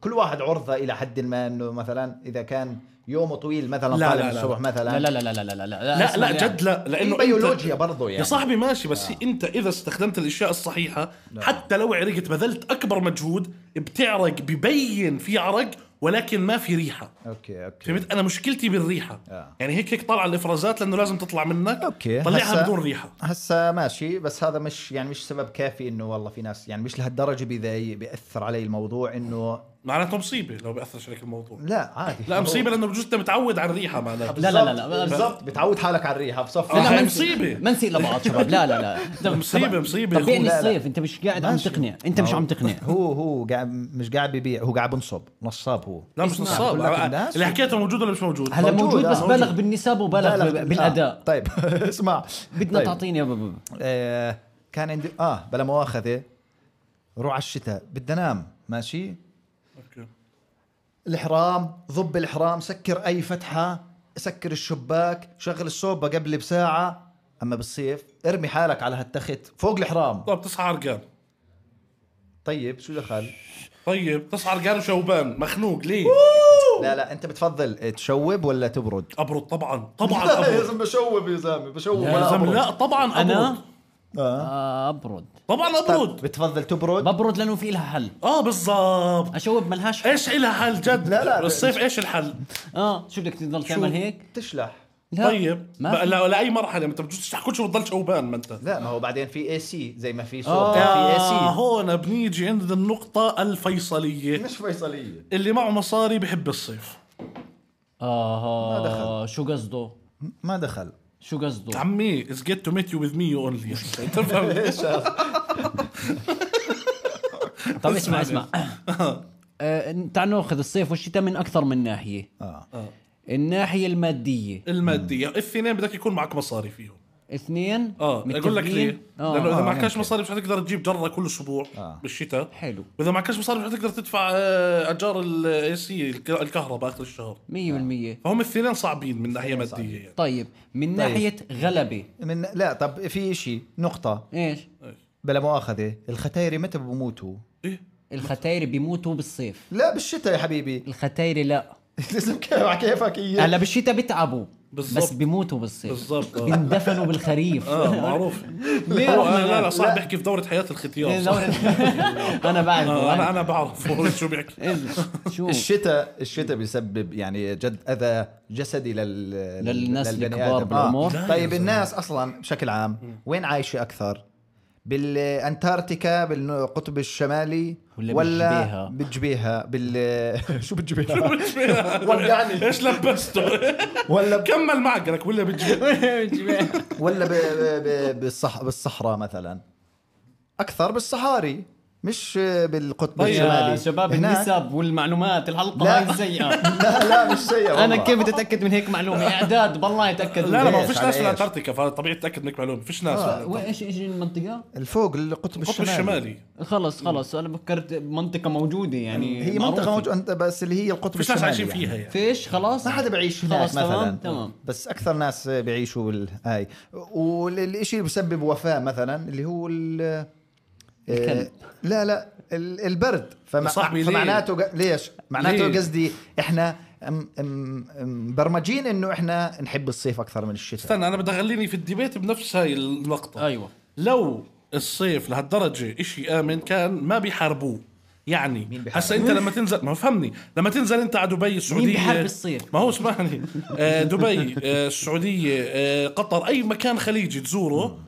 كل واحد عرضة الى حد ما انه مثلا اذا كان يومه طويل مثلا
لا،
طالع
لا،
من
لا.
الصبح مثلا
لا لا لا لا لا لا لا
لا
اسمع
لا
يعني.
جد لا لانه
في
أنت-
بيولوجيا برضه يعني
يا صاحبي ماشي بس انت اذا استخدمت الاشياء الصحيحه
نعم.
حتى لو عرقت بذلت اكبر مجهود بتعرق ببين في عرق ولكن ما في ريحه
اوكي اوكي
فهمت انا مشكلتي بالريحه
آه.
يعني هيك هيك طالعه الافرازات لانه لازم تطلع منك
اوكي
طلعها
هسا-
بدون ريحه
هسا ماشي بس هذا مش يعني مش سبب كافي انه والله في ناس يعني مش لهالدرجة بيضايق بيأثر علي الموضوع انه
معناته مصيبه لو بياثرش عليك الموضوع
لا عادي
لا مصيبه لانه بجوز انت متعود على الريحه معناته
لا، لا، لا، لا.
بالضبط بتعود حالك على الريحة بصفي
لا، لا،
لا
هاي
ما نسيء-
مصيبة.
ما نسيء لبعض شباب لا لا لا طب-
مصيبة-
طب-
مصيبة يا
طبيعي
أخوي. لا، لا.
الصيف انت مش قاعد عم
ماشي.
تقنع انت مش عم تقنع
هو هو قاعد مش قاعد ببيع هو قاعد بنصب نصاب هو
لا مش
اسمع،
نصاب
بقول لك نعم، الناس-
اللي حكيته موجود ولا مش موجود
هلا
موجود،
موجود
آه،
بس
موجود.
بلغ بالنسب وبلغ
بالغ-
ب- بالاداء
آه. طيب اسمع
بدنا
طيب.
تعطيني يا بابا
آه كان عندي اه بلا مؤاخذه روح على الشتاء بدي انام ماشي
أوكي.
الحرام ضب الحرام سكر اي فتحه سكر الشباك شغل السوبه قبل بساعه اما بالصيف ارمي حالك على هالتخت فوق الحرام
طب تصحى عرقان
طيب شو دخل
طيب تصحى عرقان وشوبان مخنوق ليه
لا لا انت بتفضل تشوب ولا تبرد
ابرد طبعا طبعا ابرد
بشوب يا زلمه بشوب
يا زلمه لا طبعا
انا
ابرد
آه.
آه، ابرد
طبعا
طب
ابرد
بتفضل تبرد
ببرد لانه في لها حل
اه بالضبط
اشوب ملهاش حل
ايش إلها حل جد
لا، لا،
الصيف ايش الحل
اه شو بدك تضل تعمل هيك
تشلح
لا
طيب
ما
ما
في.
لا, لا اي مرحله ما انت بجوز تحكي كل شيء بتضل شوبان ما انت
لا ما هو بعدين في اي سي زي ما في صوب في اي
آه
سي
هون بنيجي عند النقطة الفيصلية
مش فيصليه
اللي معه مصاري بحب الصيف
ما
اه
دخل.
شو قصده
ما دخل
شو قصده
عمي it's get to meet you with me only تفهم
طب اسمع اسمع آه، تعال ناخذ الصيف والشتاء من اكثر من ناحيه
اه
الناحيه الماديه
المادية الاثنين بدك يكون معك مصاري فيهم
اثنين
اه اقول لك
متفقين؟
ليه لانه
اه
اذا
آه،
معكش
ممكن.
مصاري مش حتقدر تجيب جرة كل اسبوع
آه.
بالشتاء
حلو
واذا معكش مصاري مش حتقدر تدفع آه، اجار الاي سي الكهرباء اخر الشهر
100%
فهم الاثنين صعبين من ناحية مادية يعني
طيب من ناحيه غلبه
من لا طب في شيء نقطة
ايش
يعني.
بلا مؤاخذة الختايري متى بموتوا؟
ايه
الختاير بيموتوا بالصيف
لا بالشتاء يا حبيبي
الختاير لا
لازم كيف على كيفك اياه
هلا بالشتاء بيتعبوا
بالظبط.
بس بيموتوا بالصيف
بالضبط آه.
بيندفنوا بالخريف
اه معروف
ليه
هو-
رحنا
آه، لا لا
هناك؟
صعب بيحكي في دورة حياة الختيار صح؟
انا بعرف
آه، انا انا بعرف هو شو بيحكي
إيه، شو
الشتاء الشتاء بيسبب يعني جد اذى جسدي لل
للناس
للبني
الكبار
آدم. آه.
بالعمر.
لا يا
طيب
زلمة.
الناس اصلا بشكل عام وين عايشة اكثر؟ بالانتاركتيكا بالقطب الشمالي
ولا
بتجبيها
بالجبيهة؟
بال شو بتجبيها؟ ولعني
ايش لبسته؟
ولا
كمل معك لك ولا بتجي
ولا ب... ب... ب... بالصح... بالصحراء مثلا اكثر بالصحاري مش بالقطب
طيب يا
الشمالي
يا شباب
هناك-
النسب والمعلومات الحلقه
لا.
هاي سيئه
لا لا مش سيء والله.
انا كيف بدي اتاكد من هيك معلومه اعداد بالله اتاكد
لا لا ما
ليش؟
فيش
على
ناس في
إيش؟
الانتاركتيكا فطبيعي تتاكد انك معلوم فيش ناس في الأنتاركتيكا.
ايش ايش المنطقه؟
الفوق القطب
القطب
الشمالي,
الشمالي
خلص خلص انا فكرت منطقه موجوده يعني
هي
معروفة.
منطقه موجوده انت بس اللي هي القطب
فيش
الشمالي
ناس عايشين
يعني.
فيها يعني
فيش خلاص
ما حدا بعيش هناك
خلاص،
مثلا
تمام، تمام.
بس اكثر ناس بيعيشوا بال- هاي والشيء اللي بسبب وفاه مثلا اللي هو ال آه،
الكلب.
لا لا ال- البرد فمع...
يا صاحبي ليه؟
فمعناته ق... ليش؟ معناته
ليه؟
قصدي احنا م... م... مبرمجين انه احنا نحب الصيف اكثر من الشتاء
استنى انا بدي اخليني في الديبيت بنفس هاي النقطه
ايوه
لو الصيف لهالدرجه إشي امن كان ما بيحاربوه يعني
بيحارب؟
هسا انت لما تنزل ما فهمني لما تنزل انت على دبي السعوديه
بيحارب الصيف؟
ما هو اسمعني آه، دبي آه، السعوديه آه، قطر اي مكان خليجي تزوره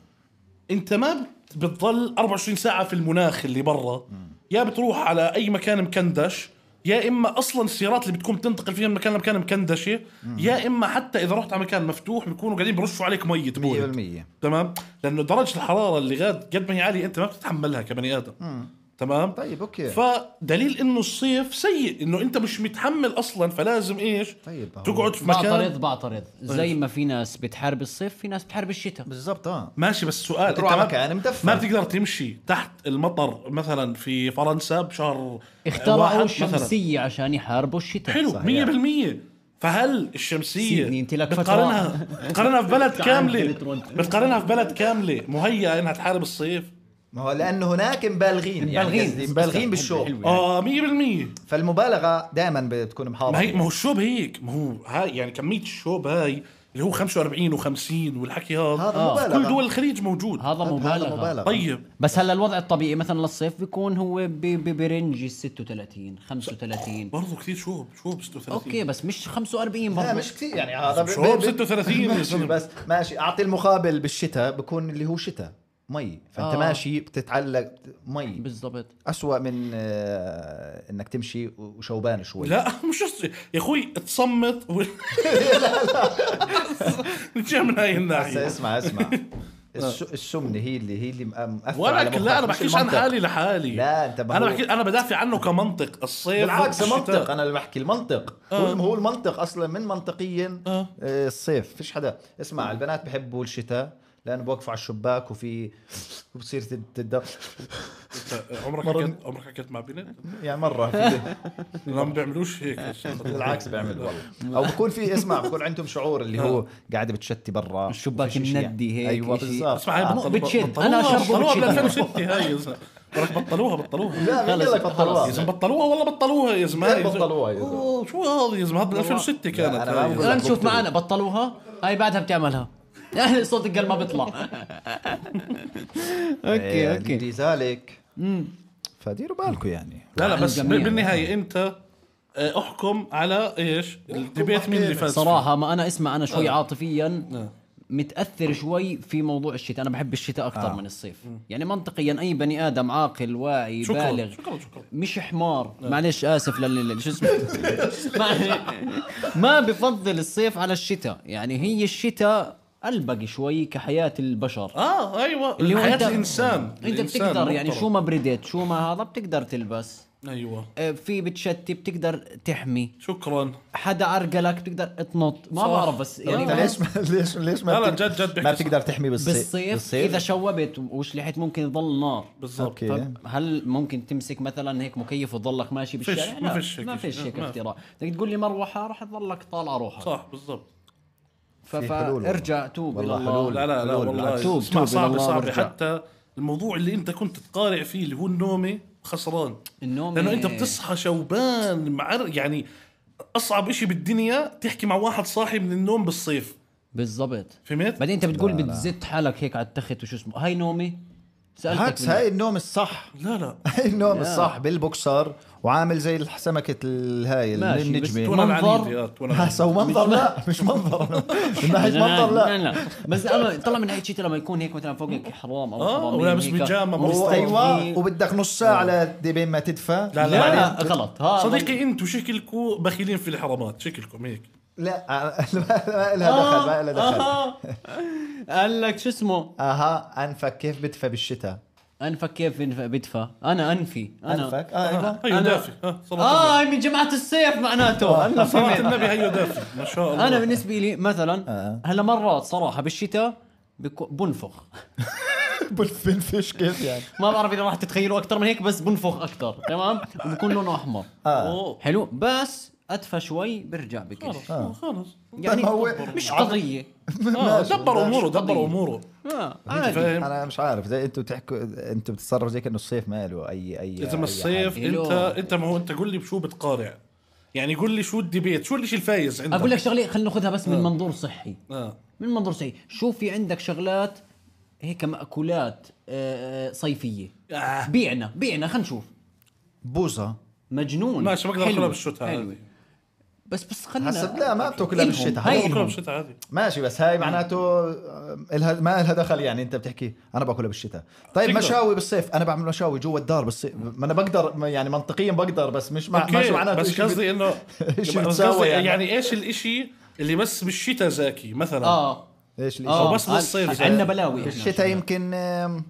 انت ما بتضل 24 ساعه في المناخ اللي برا يا بتروح على اي مكان مكندش يا اما اصلا السيارات اللي بتكون بتنتقل فيها من مكان لمكان مكندشه يا اما حتى اذا رحت على مكان مفتوح بيكونوا قاعدين برشوا عليك مي تبول
100%
تمام لانه درجه الحراره اللي غاد قد ما هي عاليه انت ما بتتحملها كبني ادم تمام
طيب، أوكي.
فدليل انه الصيف سيء انه انت مش متحمل اصلا فلازم ايش
طيب، هو-
تقعد في مكان
بعترض بعترض زي ما في ناس بتحارب الصيف في ناس بتحارب الشتاء
بالضبط اه
ماشي بس سؤال
بتروح
انت ما-
على مكان مدفى.
ما بتقدر تمشي تحت المطر مثلا في فرنسا بشهر واحد
اخترعوا
مثلاً.
الشمسية عشان يحاربوا الشتاء
حلو
صحيح.
100% فهل الشمسيه
سيدني، أنت لك فترة.
بتقارنها بتقارنها في بلد
تعال
كامله
ننزل تورنتو.
بتقارنها في بلد كامله مهيئه انها تحارب الصيف
ما هو لانه هناك مبالغين يعني
مبالغين.
قصدي مبالغين
حلو
بالشو
يعني.
اه 100%
فالمبالغه دائما بتكون محاضره
ما هي ما هو الشوب هيك ما هو هاي يعني كميه الشوب هاي اللي هو 45 و50 والحكي هذا
هذا
آه.
مبالغة.
كل دول الخليج موجود
هذا
هذا
مبالغة
مبالغة.
طيب
بس هلا الوضع الطبيعي مثلا للصيف بيكون هو ب- ب- برنج ال 36 35
برضه كثير شوب شوب 36
اوكي بس مش 45
لا
برضه
مش كثير يعني هذا ب-
شوب
ب-
36 يا
ماشي
زلمة.
بس ماشي اعطي المقابل بالشتاء بكون اللي هو شتاء مي فانت
آه.
ماشي بتتعلق مي
بالضبط
أسوأ من آه، انك تمشي وشوبان شوي
لا مش أص- يا اخوي تصمت و... لا لا نجي من هاي
بس
الناحيه
اسمع اسمع الس- السمنه هي اللي هي اللي مأثرة على
ولك
مخك،
آه. لا
مش
انا بحكيش عن
المنطق.
حالي لحالي
لا، أنت ما
انا
هو-
بحكي انا بدافع عنه كمنطق الصيف
بالعكس
والشتاء.
منطق انا اللي بحكي المنطق هو هو المنطق اصلا من منطقيا
آه.
آه، الصيف فيش حدا اسمع البنات بحبوا الشتاء لانه بوقفوا على الشباك وفي وبصير تد... تد...
أنت عمرك حكيت عمرك حكيت مع بنت؟
يعني مره في-
لا ما بيعملوش هيك
بالعكس بيعملوا والله او بكون في اسمع بكون عندهم شعور اللي هو قاعده بتشتي برا
الشباك
فيش إشي
مندي هيك
ايوه
إشي.
بالظبط
اسمع هاي
آه.
بطل-
بتشد.
بطلوها-
أنا أشربه
بطلوها بال
بتشد.
2006 هاي يا زلمه ولك بطلوها بطلوها
لا مين
خلص،
قال لك
يا
بطلوها
زلمه بطلوها والله بطلوها يا زلمه
كيف بطلوها يا زلمة؟
أوه، شو هذا يا زلمه هذا بال 2006 كانت
أنا ما
هاي.
بقول-
الان نشوف معنا بطلوها هاي بعدها بتعملها صوت القلب ما بيطلع
إيه،
اوكي اوكي
لذلك فديروا بالكم يعني
لا لا
عن
بس
الجميع.
بال- بالنهايه انت آه، احكم على ايش الديبيت مين اللي فاز فيه.
صراحه ما انا اسمع انا شوي
آه.
عاطفيا
آه.
متاثر شوي في موضوع الشتاء انا بحب الشتاء اكثر من الصيف يعني منطقيا اي بني ادم عاقل واعي
شكرا
بالغ
شكرا شكرا
مش حمار
آه.
معلش اسف لل شو اسمه ما- ما بفضل الصيف على الشتاء يعني هي الشتاء البق شوي كحياه البشر
اه ايوه
اللي هو
حياه
أنت-
الانسان
انت
الإنسان
بتقدر يعني
محترم.
شو ما بردت شو ما هذا بتقدر تلبس
ايوه
آه، في بتشتي بتقدر تحمي
شكرا
حدا عرقلك بتقدر تنط ما
صح. طيب.
بعرف بس
طب
يعني
انت ليش ما- ليش ليش ما
لا، لا،
بتق-
جد- جد بحكي
ما
صح.
بتقدر تحمي بالصيف
بالصيف, بالصيف اذا شوبت وشلحت ممكن يضل نار
بالضبط
أوكي.
طب هل ممكن تمسك مثلا هيك مكيف وتضلك ماشي
فيش-
بالشارع؟
ما
لا،
فيش هيك
ما فيش
شيء.
هيك
ما-
اختراع، بدك تقول لي مروحه راح تضلك طالعه روحك
صح بالضبط
ف-
في حلول والله.
فارجع توب الى
والله
الله
حلول.
لا لا لا
حلول
والله
بالعكس.
توب،
اسمع
توب إلى
صعب
الله
صعب
وارجع.
حتى الموضوع اللي انت كنت تقارع فيه اللي هو النومه خسران
النوم
لانه انت بتصحى شوبان معر يعني اصعب شيء بالدنيا تحكي مع واحد صاحي من النوم بالصيف
بالضبط
فهمت؟
بعدين انت بتقول بتزت حالك هيك على التخت وشو اسمه هاي نومي سالتك
بالعكس
بالله.
هاي النوم الصح
لا لا
هاي النوم الصح بالبوكسر وعامل زي سمكه الهاي
ماشي، بس
النجمه
تونة-
وانا
منظر.
العنيد يا أخت، وأنا
هسا هو منظر لا مش منظر من ناحيه منظر لا
بس انا طلع من هاي الشتاء لما يكون هيك مثلا فوقك حرام او
آه،
حرامين
ولابس
هيك.
بيجامة
مو-
مستوى. آه.
ايوه وبدك نص ساعه لدي بين ما تدفى
لا،
لا
بعدين-
لا غلط
آه،
ها
صديقي انتوا شكلكم بخيلين في الحرامات شكلكم هيك
لا ما لها دخل ما لها
آه.
دخل
قال لك شو اسمه
اها انفك كيف بدفى بالشتاء
انفك كيف بنف- بدفى انا انفي انا
انفك اه ايوه
هيو
أنا-
أيوة، دافي ها
آه.
صلاة
اه هاي من جماعه السيف معناته هلا
النبي. صلاة
فهمت.
النبي هيو دافي ما شاء الله
انا بالنسبه لي مثلا
آه.
هلا مرات صراحه بالشتاء بكو- بنفخ
بالفنفش كيف يعني
ما بعرف اذا راح تتخيلوا اكثر من هيك بس بنفخ اكثر تمام وبكون لونه احمر
آه.
أوه.
حلو بس ادفى شوي برجع بكش
خلص خلص
يعني
طب هو-
مش قضيه
آه، دبر اموره
قضية.
دبر اموره
آه
انت
عادي
فاهم
انا مش عارف زي انتم بتحكوا انتم بتتصرفوا زي كانه الصيف ما له اي اي
اذا
أي
ما الصيف
حاجة.
حاجة.
انت
إله.
انت ما هو انت قول لي بشو بتقارع يعني قول لي شو الديبيت شو الشيء الفايز عندك
اقول لك شغله خلينا ناخذها بس من منظور صحي
آه.
من منظور صحي شو في عندك شغلات هيك مأكولات آه، آه، صيفيه
آه.
بيعنا بيعنا خلينا نشوف
بوزه
مجنون
ماشي بقدر
حلو،
اكلها بالشتاء
حلو.
عادي
بس بس خلينا
حسب لا ما بتاكلها
إلهم.
بالشتاء
هاي
هاي
إلهم.
باكلها بالشتاء عادي
ماشي بس هاي معناته آه، الها ما لها دخل يعني انت بتحكي انا باكلها بالشتاء طيب
تقدر.
مشاوي بالصيف انا بعمل مشاوي جوا الدار بالصيف ما انا بقدر ما- يعني منطقيا بقدر بس مش مع مش
اوكي
آه، معناته
بس
إشي بت-
قصدي انه
إيش
بس
بتساوي
قصدي
يعني؟
يعني ايش الاشي اللي بس بالشتاء زاكي مثلا
آه.
اه
ايش الإشي
اه
أو آه. بس بالصيف.
عندنا بلاوي إحنا.
بالشتاء يمكن آم،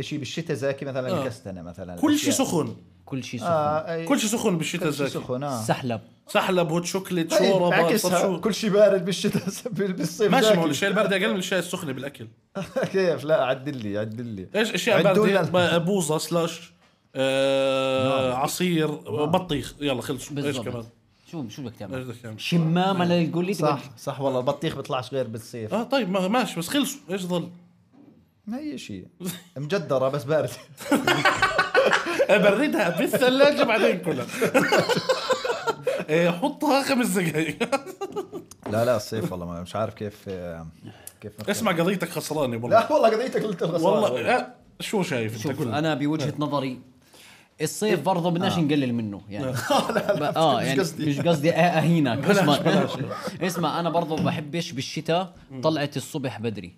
شيء بالشتاء زي كي مثلا
آه.
الكستنه مثلا
كل شيء
أشياء.
سخن
كل شيء سخن
آه، أي-
كل شيء سخن بالشتاء
كل شيء
زاكي
سخن آه.
سحلب
سحلب هوت شوكليت
طيب،
شوربه
بعكسها،
صار شو.
كل شيء بارد بالشتاء بال- بالصيف
ماشي
زاكي.
ما هو الشاي البارد اقل من الشاي السخن بالاكل
كيف لا عدل لي عدل لي
ايش اشياء
عندنا-
بارده بوظه سلاش آه عصير بطيخ يلا خلص ايش كمان
بالضبط شو شو بدك
ايش
تعمل؟
بدك تعمل؟
شمامه للقول لي
صح صح والله البطيخ بيطلعش غير بالصيف
اه طيب ما- ماشي بس خلصوا ايش ظل؟
ما هي شيء مجدره بس بارد
بردها بالثلاجه بعدين كلها إيه، حطها خمس دقائق
لا لا الصيف والله ما- مش عارف كيف آه، كيف نختار.
اسمع قضيتك خسراني والله
لا والله قضيتك قلت الغصان
والله آه، شو شايف انت
شوف
قول
انا بوجهه
إيه.
نظري الصيف برضه بدناش نقلل منه يعني اه
إيه. آه.
آه،
مش
يعني
قصدي.
مش قصدي آه اهينك اسمع اسمع انا برضه بحبش بالشتاء طلعت الصبح بدري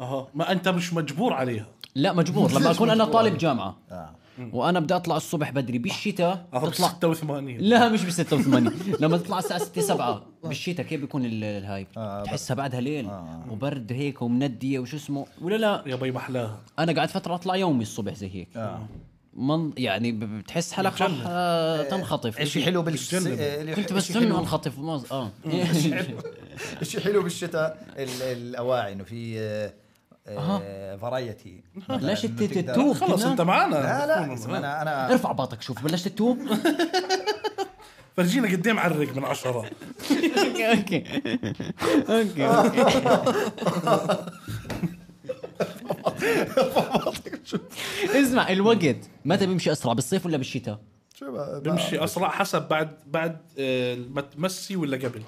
اها ما انت مش مجبور عليها
لا مجبور لما اكون انا طالب جامعه
آه.
وانا بدي اطلع الصبح بدري بالشتاء
اها
تطلع
86
لا مش ب 86 لما تطلع الساعه 6 7 بالشتاء كيف بيكون ال- الهايب
آه،
تحسها بعدها ليل وبرد هيك ومنديه وشو اسمه ولا لا
يا بي محلاها
انا قعدت فتره اطلع يومي الصبح زي هيك
آه.
من يعني ب- بتحس حالك راح آه، تنخطف
شيء إيه، حلو بالش-
بتجنن.
آه،
كنت
إشي
بس
حلو-
انه انخطف ما أز- اه
الشيء حلو بالشتاء ال- الاواعي انه في آه، فرايتي
ليش الت- تتوب
خلص
كمان؟
انت معانا
لا لا اسمع، انا انا
ارفع باطك شوف بلشت تتوب
فرجينا قد ايه معرق من عشرة
اوكي اوكي اوكي اوكي اسمع الوقت متى بيمشي اسرع بالصيف ولا بالشتاء؟
شو بقى-
بمشي اسرع حسب بعد بعد آه، ما تمسي ولا قبل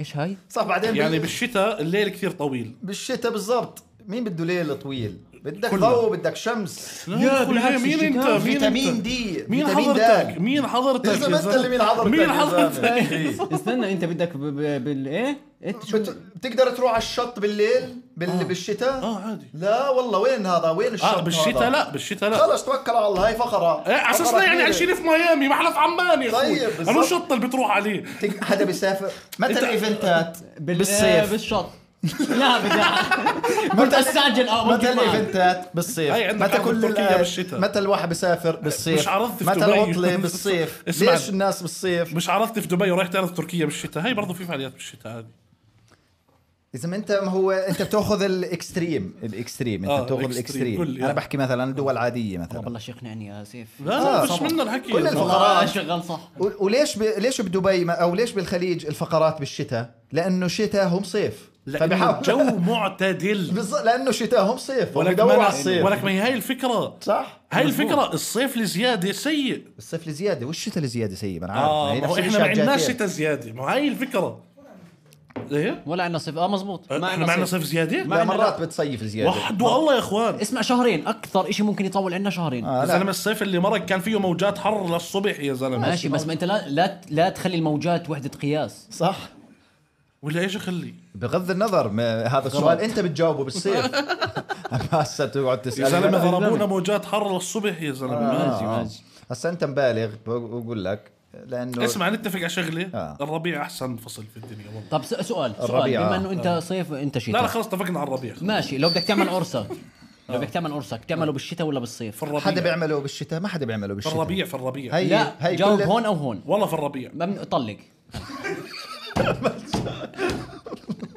ايش هاي؟
صح بعدين
يعني
يعني
بالشتاء الليل كثير طويل
بالشتاء بالضبط مين بده ليل طويل بدك
كله.
ضوء بدك شمس
لا،
يا
كل
بالعكس
هاي مين
الشتاء
انت مين
فيتامين
انت؟
دي
مين
فيتامين
حضرتك
د.
مين حضرتك
يا
يا
زلمه انت
زلمة؟
اللي مين حضرتك
مين
يا زلمة؟
حضرتك إيه.
استنى انت بدك ب- ب- بال ايه؟ انت شو
بت- بتقدر تروح على الشط بالليل بال... بالشتاء
آه، عادي.
لا والله وين هذا وين الشط
اه بالشتاء
هذا؟
لا بالشتاء لا
خلص توكل على الله هاي فقره
ايه على اساس
فقرة
لا يعني
كبيرة.
عايشين في ميامي محلف عمان يا
طيب،
اخوي
بالظبط.
انا الشط اللي بتروح عليه
تق- حدا بيسافر متى
انت-
الايفنتات
بال- آه،
بالصيف
بالشط لا بدي قلت استعجل اه
متى
ممكن معك.
الايفنتات بالصيف
هاي عندك
متى
عرض
كل
تركيا
ال-
بالشتاء.
متى الواحد بيسافر بالصيف
مش عرض في
متى
دبي.
العطله بالصيف
اسمع.
ليش الناس بالصيف
مش عرفت في دبي ورايح تعرض تركيا بالشتاء هاي برضه في فعاليات بالشتاء عادي
اذا ما انت ما هو انت بتاخذ الاكستريم الاكستريم انت
آه،
بتاخذ
الاكستريم.
الاكستريم
قل لي.
انا بحكي
آه.
مثلا دول عاديه
طب
مثلا
والله شيخ يقنعني يا سيف
لا لا
آه،
مش
طبعاً.
منا الحكي
كل
والله.
الفقرات.
والله شغال صح
و- وليش ب... ليش بدبي ما... او ليش بالخليج الفقرات بالشتاء؟ لانه شتاهم صيف
لأنه الجو معتدل
بالظبط لانه شتاهم صيف
ولك
وبدوروا على
ما يعني،
الصيف
ولك ما هي هاي الفكره
صح؟
هاي الفكره الصيف لزياده سيء
الصيف لزياده والشتاء لزياده سيء ما انا عارف
اه
آه، هي
ما هو
نفس
احنا ما
الشيء
عندناش
الجاتين.
شتاء زياده ما هاي الفكره ايه
ولا عندنا صيف اه مزبوط ما
احنا معنا صيف زياده
لا
عنا-
مرات بتصيف زياده
وحد والله يا اخوان
اسمع شهرين اكثر شيء ممكن يطول عندنا شهرين
آه،
يا
لا.
زلمه الصيف اللي مرق كان فيه موجات حر للصبح يا زلمه
ماشي بس ما انت لا لا لا تخلي الموجات وحده قياس
صح
ولا ايش اخلي
بغض النظر ما هذا السؤال انت بتجاوبه بالصيف أما هسه تقعد
يا
تسال
زلمه
لا.
ضربونا موجات حر للصبح يا زلمه
آه،
ماشي
آه. هسه انت مبالغ بقول لك لانه
اسمع نتفق على شغله
آه.
الربيع احسن فصل في الدنيا والله
طب س- سؤال سؤال
الربيع.
بما انه انت صيف انت
آه.
إيه.
لا
شتاء
لا خلاص آه. اتفقنا على الربيع
ماشي لو بدك تعمل قرصه لو بدك تعمل قرصك بتعمله بالشتاء ولا
في
بالصيف
الربيع
حدا بيعمله بالشتاء ما حدا بيعمله
في
بالشتاء
الربيع في الربيع
هي
لا
هي
جاوب
كل-
هون او هون
والله في الربيع
ممنوع طلق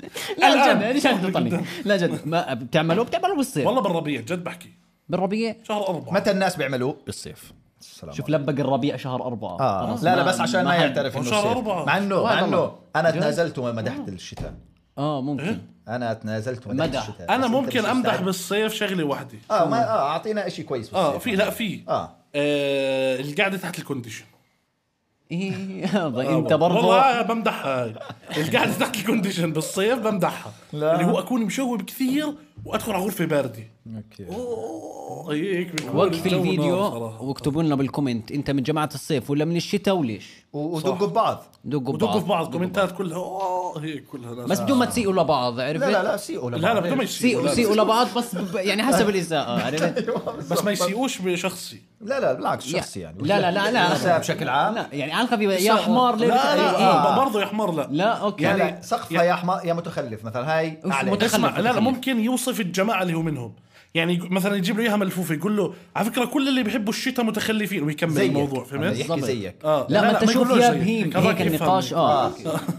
لا جد ليش هتطلق لا جد ما بتعمله بتعمله بالصيف
والله بالربيع جد بحكي
بالربيع
شهر أربعة
متى الناس بيعملوه بالصيف السلام
شوف
عليكم.
لبق الربيع شهر أربعة
اه
خلاص
لا لا بس عشان ما
حد-
يعترف انه
شهر
الصيف
أربعة.
مع انه مع
والله.
انه انا
جد.
تنازلت ومدحت الشتاء
اه
إيه.
ممكن
انا تنازلت ومدحت
مدح.
الشتاء
أنا
بس أنت
ممكن
مش
أمدح
مستعد.
بالصيف شغلة واحدة
اه ما اه اعطينا شيء كويس بالصيف
آه في لا في
آه.
آه، القعدة تحت الكونديشن
إيه،
آه،
هذا انت برضه
والله بمدحها هاي القعدة تحت الكونديشن بالصيف بمدحها
لا.
اللي هو أكون مشوب كثير وأدخل على غرفة باردة
اوكي
أوه، هيك بيكون
وقف
الجو نار
الفيديو
صراحة.
واكتبوا لنا بالكومنت انت من جماعة الصيف ولا من الشتاء وليش؟
و- ودقوا ببعض
دقوا
ودقوا في بعض
دقوا
كومنتات كلها أوه، هيك كلها ناس
بس بدون ما تسيئوا لبعض عرفت؟
لا آه. لا لا سيئوا لبعض.
لا لا بدون ما يسيئوا
سيئوا
لا،
سيئوا لبعض بس ب- يعني حسب الإساءة عرفت؟
بس ما يسيئوش بشخصي
لا لا بالعكس شخصي يعني
لا لا لا لا.
النساء بشكل عام
لا يعني على الخفيف يا حمار ليه
لا
بتعمل
لا
إيه؟
آه، برضه يا حمار لا
لا اوكي
يعني
يعني
لا سقفها يا حما يا متخلف مثلا هاي
أوف،
عليك
متخلف.
اسمع لا لا
متخلف.
ممكن يوصف الجماعه اللي هو منهم يعني يق- مثلا يجيب له اياها ملفوفه يقول له على فكره كل اللي بيحبوا الشتاء متخلفين ويكمل
زيك.
الموضوع
هذا
فهمت؟
يحكي
بالضبط.
زيك
اه
لا, ما انت شوف
يقولوش
يا
زيك.
بهيم
هذاك
هيك
يفهم.
النقاش اه
اه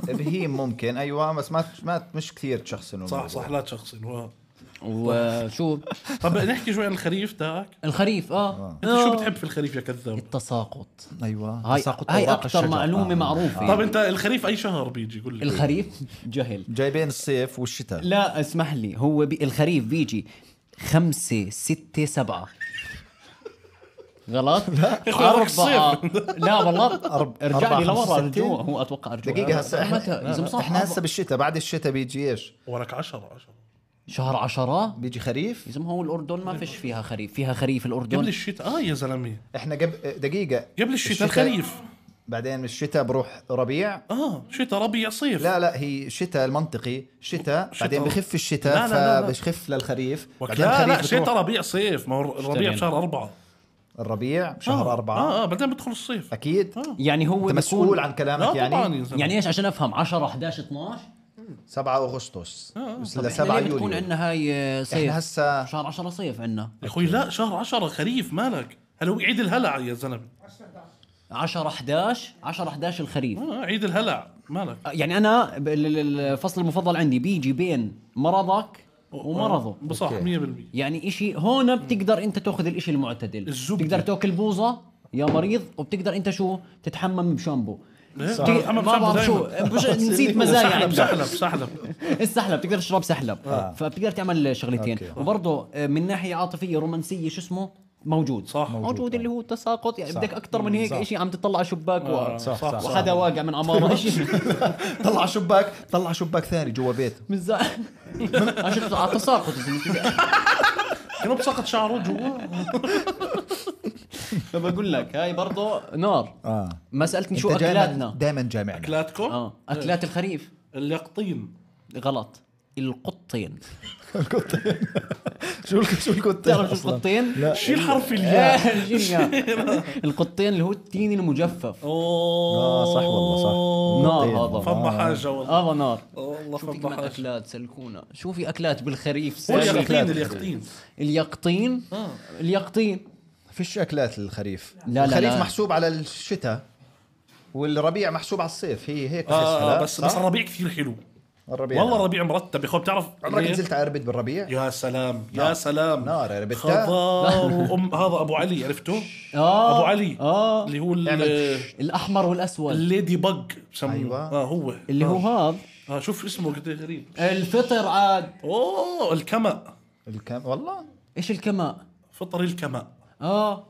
ابهيم ممكن ايوه بس ما ما مش كثير تشخصنه
صح صح لا تشخصن هو
وشو
طب نحكي شوي عن الخريف تاعك
الخريف اه,
انت شو بتحب في الخريف يا كذاب؟
التساقط
ايوه
هاي
تساقط
هاي
أوراق
اكثر
الشجر. آه.
معلومه معروفه
طب انت الخريف اي شهر بيجي قول لي
الخريف جهل
آه. جايبين الصيف والشتاء
لا اسمح لي هو بي الخريف بيجي خمسة ستة سبعة غلط؟ لا أربعة لا والله
أرب-
ارجع
أربعة،
لي
خمسة،
لورا
ستة.
رجوع هو أتوقع رجوع
دقيقة هسه
متى؟ يا زلمة
احنا
صح
احنا
أربعة.
هسه بالشتاء بعد الشتاء بيجي ايش؟
ولك 10 10
شهر عشرة
بيجي خريف
يا زلمة هو الأردن ما فيش فيها خريف فيها خريف
قبل
الأردن
الشتاء اه يا زلمه
احنا قبل دقيقة
قبل الشتاء الخريف
بعدين من الشتاء بروح ربيع
اه شتاء ربيع صيف
لا لا هي شتاء المنطقي شتاء
شتاء.
بعدين بخف
لا،
الشتاء
لا، لا، لا.
فبخف للخريف
وك-
بعدين
لا
الخريف
لا
بتروح
شتاء ربيع صيف ما هو الربيع
اشترينا.
بشهر أربعة
الربيع شهر
آه،
أربعة
اه اه بعدين بدخل الصيف
أكيد
آه.
يعني هو
أنت
بيكون-
مسؤول عن
لا
كلامك
طبعا
يعني
يا زلمه
يعني ايش عشان افهم 10 11 12
7 أغسطس
آه.
ل
احنا
7
ليه بتكون
يوليو
عندنا هاي صيف
احنا هسه
شهر 10 صيف عندنا
يا اخوي لا شهر 10 خريف مالك هلا هو عيد الهلع يا زلمه
10 11 10 11 الخريف
آه عيد الهلع مالك
يعني انا ب- ال- ال- الفصل المفضل عندي بيجي بين مرضك ومرضه
آه، صح 100%
أوكي.
يعني اشي هون بتقدر انت تاخذ الاشي المعتدل
الزبدة.
بتقدر تاكل بوظه يا مريض وبتقدر انت شو تتحمم بشامبو
إيه،
بت-
أنا بتحمم
ما بعرف شو
بشامبو
بش- نسيت يعني. مزايا
سحلب
عندك.
سحلب سحلب
السحلب بتقدر تشرب سحلب فبتقدر تعمل شغلتين
آه. أوكي.
وبرضه آه، من ناحيه عاطفيه رومانسيه شو اسمه موجود
صح. موجود،
موجود, اللي هو التساقط يعني بدك اكثر من هيك
طيب. صح. آه،
شيء عم تطلع على شباك و...
صح صح, صح.
وحدا واقع من عماره شيء
طلع شباك طلع شباك ثاني جوا بيته
من زمان أنا شفت على التساقط يا زلمة.
كانوا بسقط شعره جوا
فبقول لك هاي برضه نار
آه.
ما سالتني شو
أنت دائما
اكلاتنا
دائما جامعنا
كلاتكم
اه اكلات الخريف
اليقطين
غلط القطين
شو الك- شو الكنت
بتعرف شو القطين؟
لا
شيل حرف الياء
آه، الجنيا. القطين اللي هو التين المجفف
اوه
اه صح والله صح آه.
نار
طيب.
القطين.
هذا
فما حاجه والله
آه، هذا نار
والله
شو في كمان
فما حاجه
اكلات سلكونا شو في اكلات بالخريف
هو
سلكونا؟
اليقطين اليقطين
اليقطين اليقطين
فيش اكلات للخريف
لا،
الخريف
لا.
محسوب على الشتاء والربيع محسوب على الصيف هي هيك بحسها،
اه
لا؟
بس
صح؟
بس الربيع كثير حلو
الربيع
والله الربيع مرتب يا اخوي بتعرف
عمرك
ليه؟
نزلت على اربد بالربيع
يا سلام يا سلام
نار
يعني
يا ربتة.
خضار وام هذا ابو علي عرفته؟
آه.
ابو علي
آه.
اللي هو ال-
اعمل
الاحمر والاسود
الليدي بق بسموه
أيوة.
اه هو
اللي هو هذا
اه شوف اسمه قد إيه غريب
آه. الفطر عاد
اوه الكمأ
الكم والله
ايش الكماء
فطري الكمأ
اه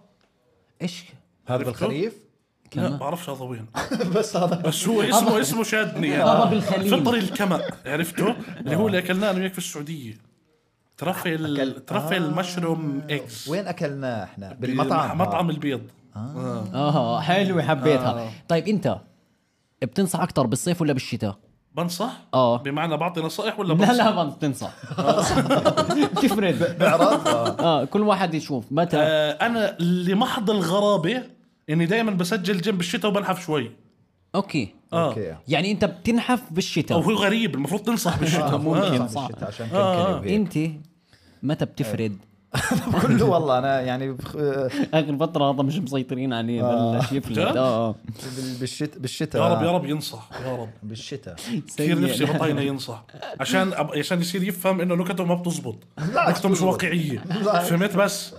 ايش
هذا
عرفته؟
بالخريف
لا بعرفش هذا وين
بس هذا
بس هو اسمه اسمه شادني يعني.
هذا بالخليل.
فطري الكمأ عرفته اللي هو اللي
آه.
اكلناه انا وياك في السعوديه ترفل
آه.
ترفل مشروم اكس
وين اكلناه احنا بالمطعم
مطعم البيض آه.
اه حلوه حبيتها طيب انت بتنصح اكثر بالصيف ولا بالشتاء
بنصح
آه.
بمعنى بعطي نصائح ولا
لا
بنصح
لا ما بتنصح تفرد
بعرض آه.
اه كل واحد يشوف متى
آه، انا لمحض الغرابه اني دائما بسجل جيم بالشتاء وبنحف شوي
اوكي
اه
اوكي
يعني انت بتنحف بالشتاء
آه، وهو غريب المفروض تنصح بالشتاء
ممكن.
آه.
صح.
بالشتاء عشان كلكلي وهيك
انت متى بتفرد
آه.
كله والله انا يعني بخ- آه،
اخر فتره هذا مش مسيطرين عليه بلش يفلت
جد؟
اه آه.
بال- بالشت- بالشتاء
يا رب يا رب ينصح يا رب
بالشتاء
سيء.
كثير نفسي بطاينه ينصح عشان أب... عشان يصير يفهم انه نكته ما بتزبط نكته مش واقعيه
لا.
فهمت بس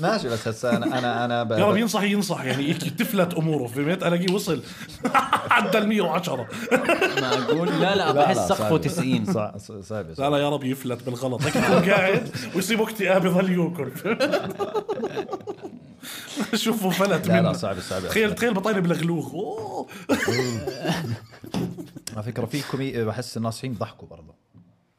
ماشي بس هسه انا انا انا ب-
يا رب ينصح ينصح يعني هيك تفلت اموره فهمت الاقيه وصل عدى ال 110
معقول لا لا بحس سقفه
صعبة.
90
صع- صع- صعبة
لا لا يا رب يفلت بالغلط هيك يكون قاعد ويصيب اكتئاب يضل ياكل شوفوا فلت
لا لا
منه
صعبة صعبة
تخيل تخيل بطاينه بالغلوخ اوه
آه.
على فكره في كومي بحس الناصحين ضحكوا برضه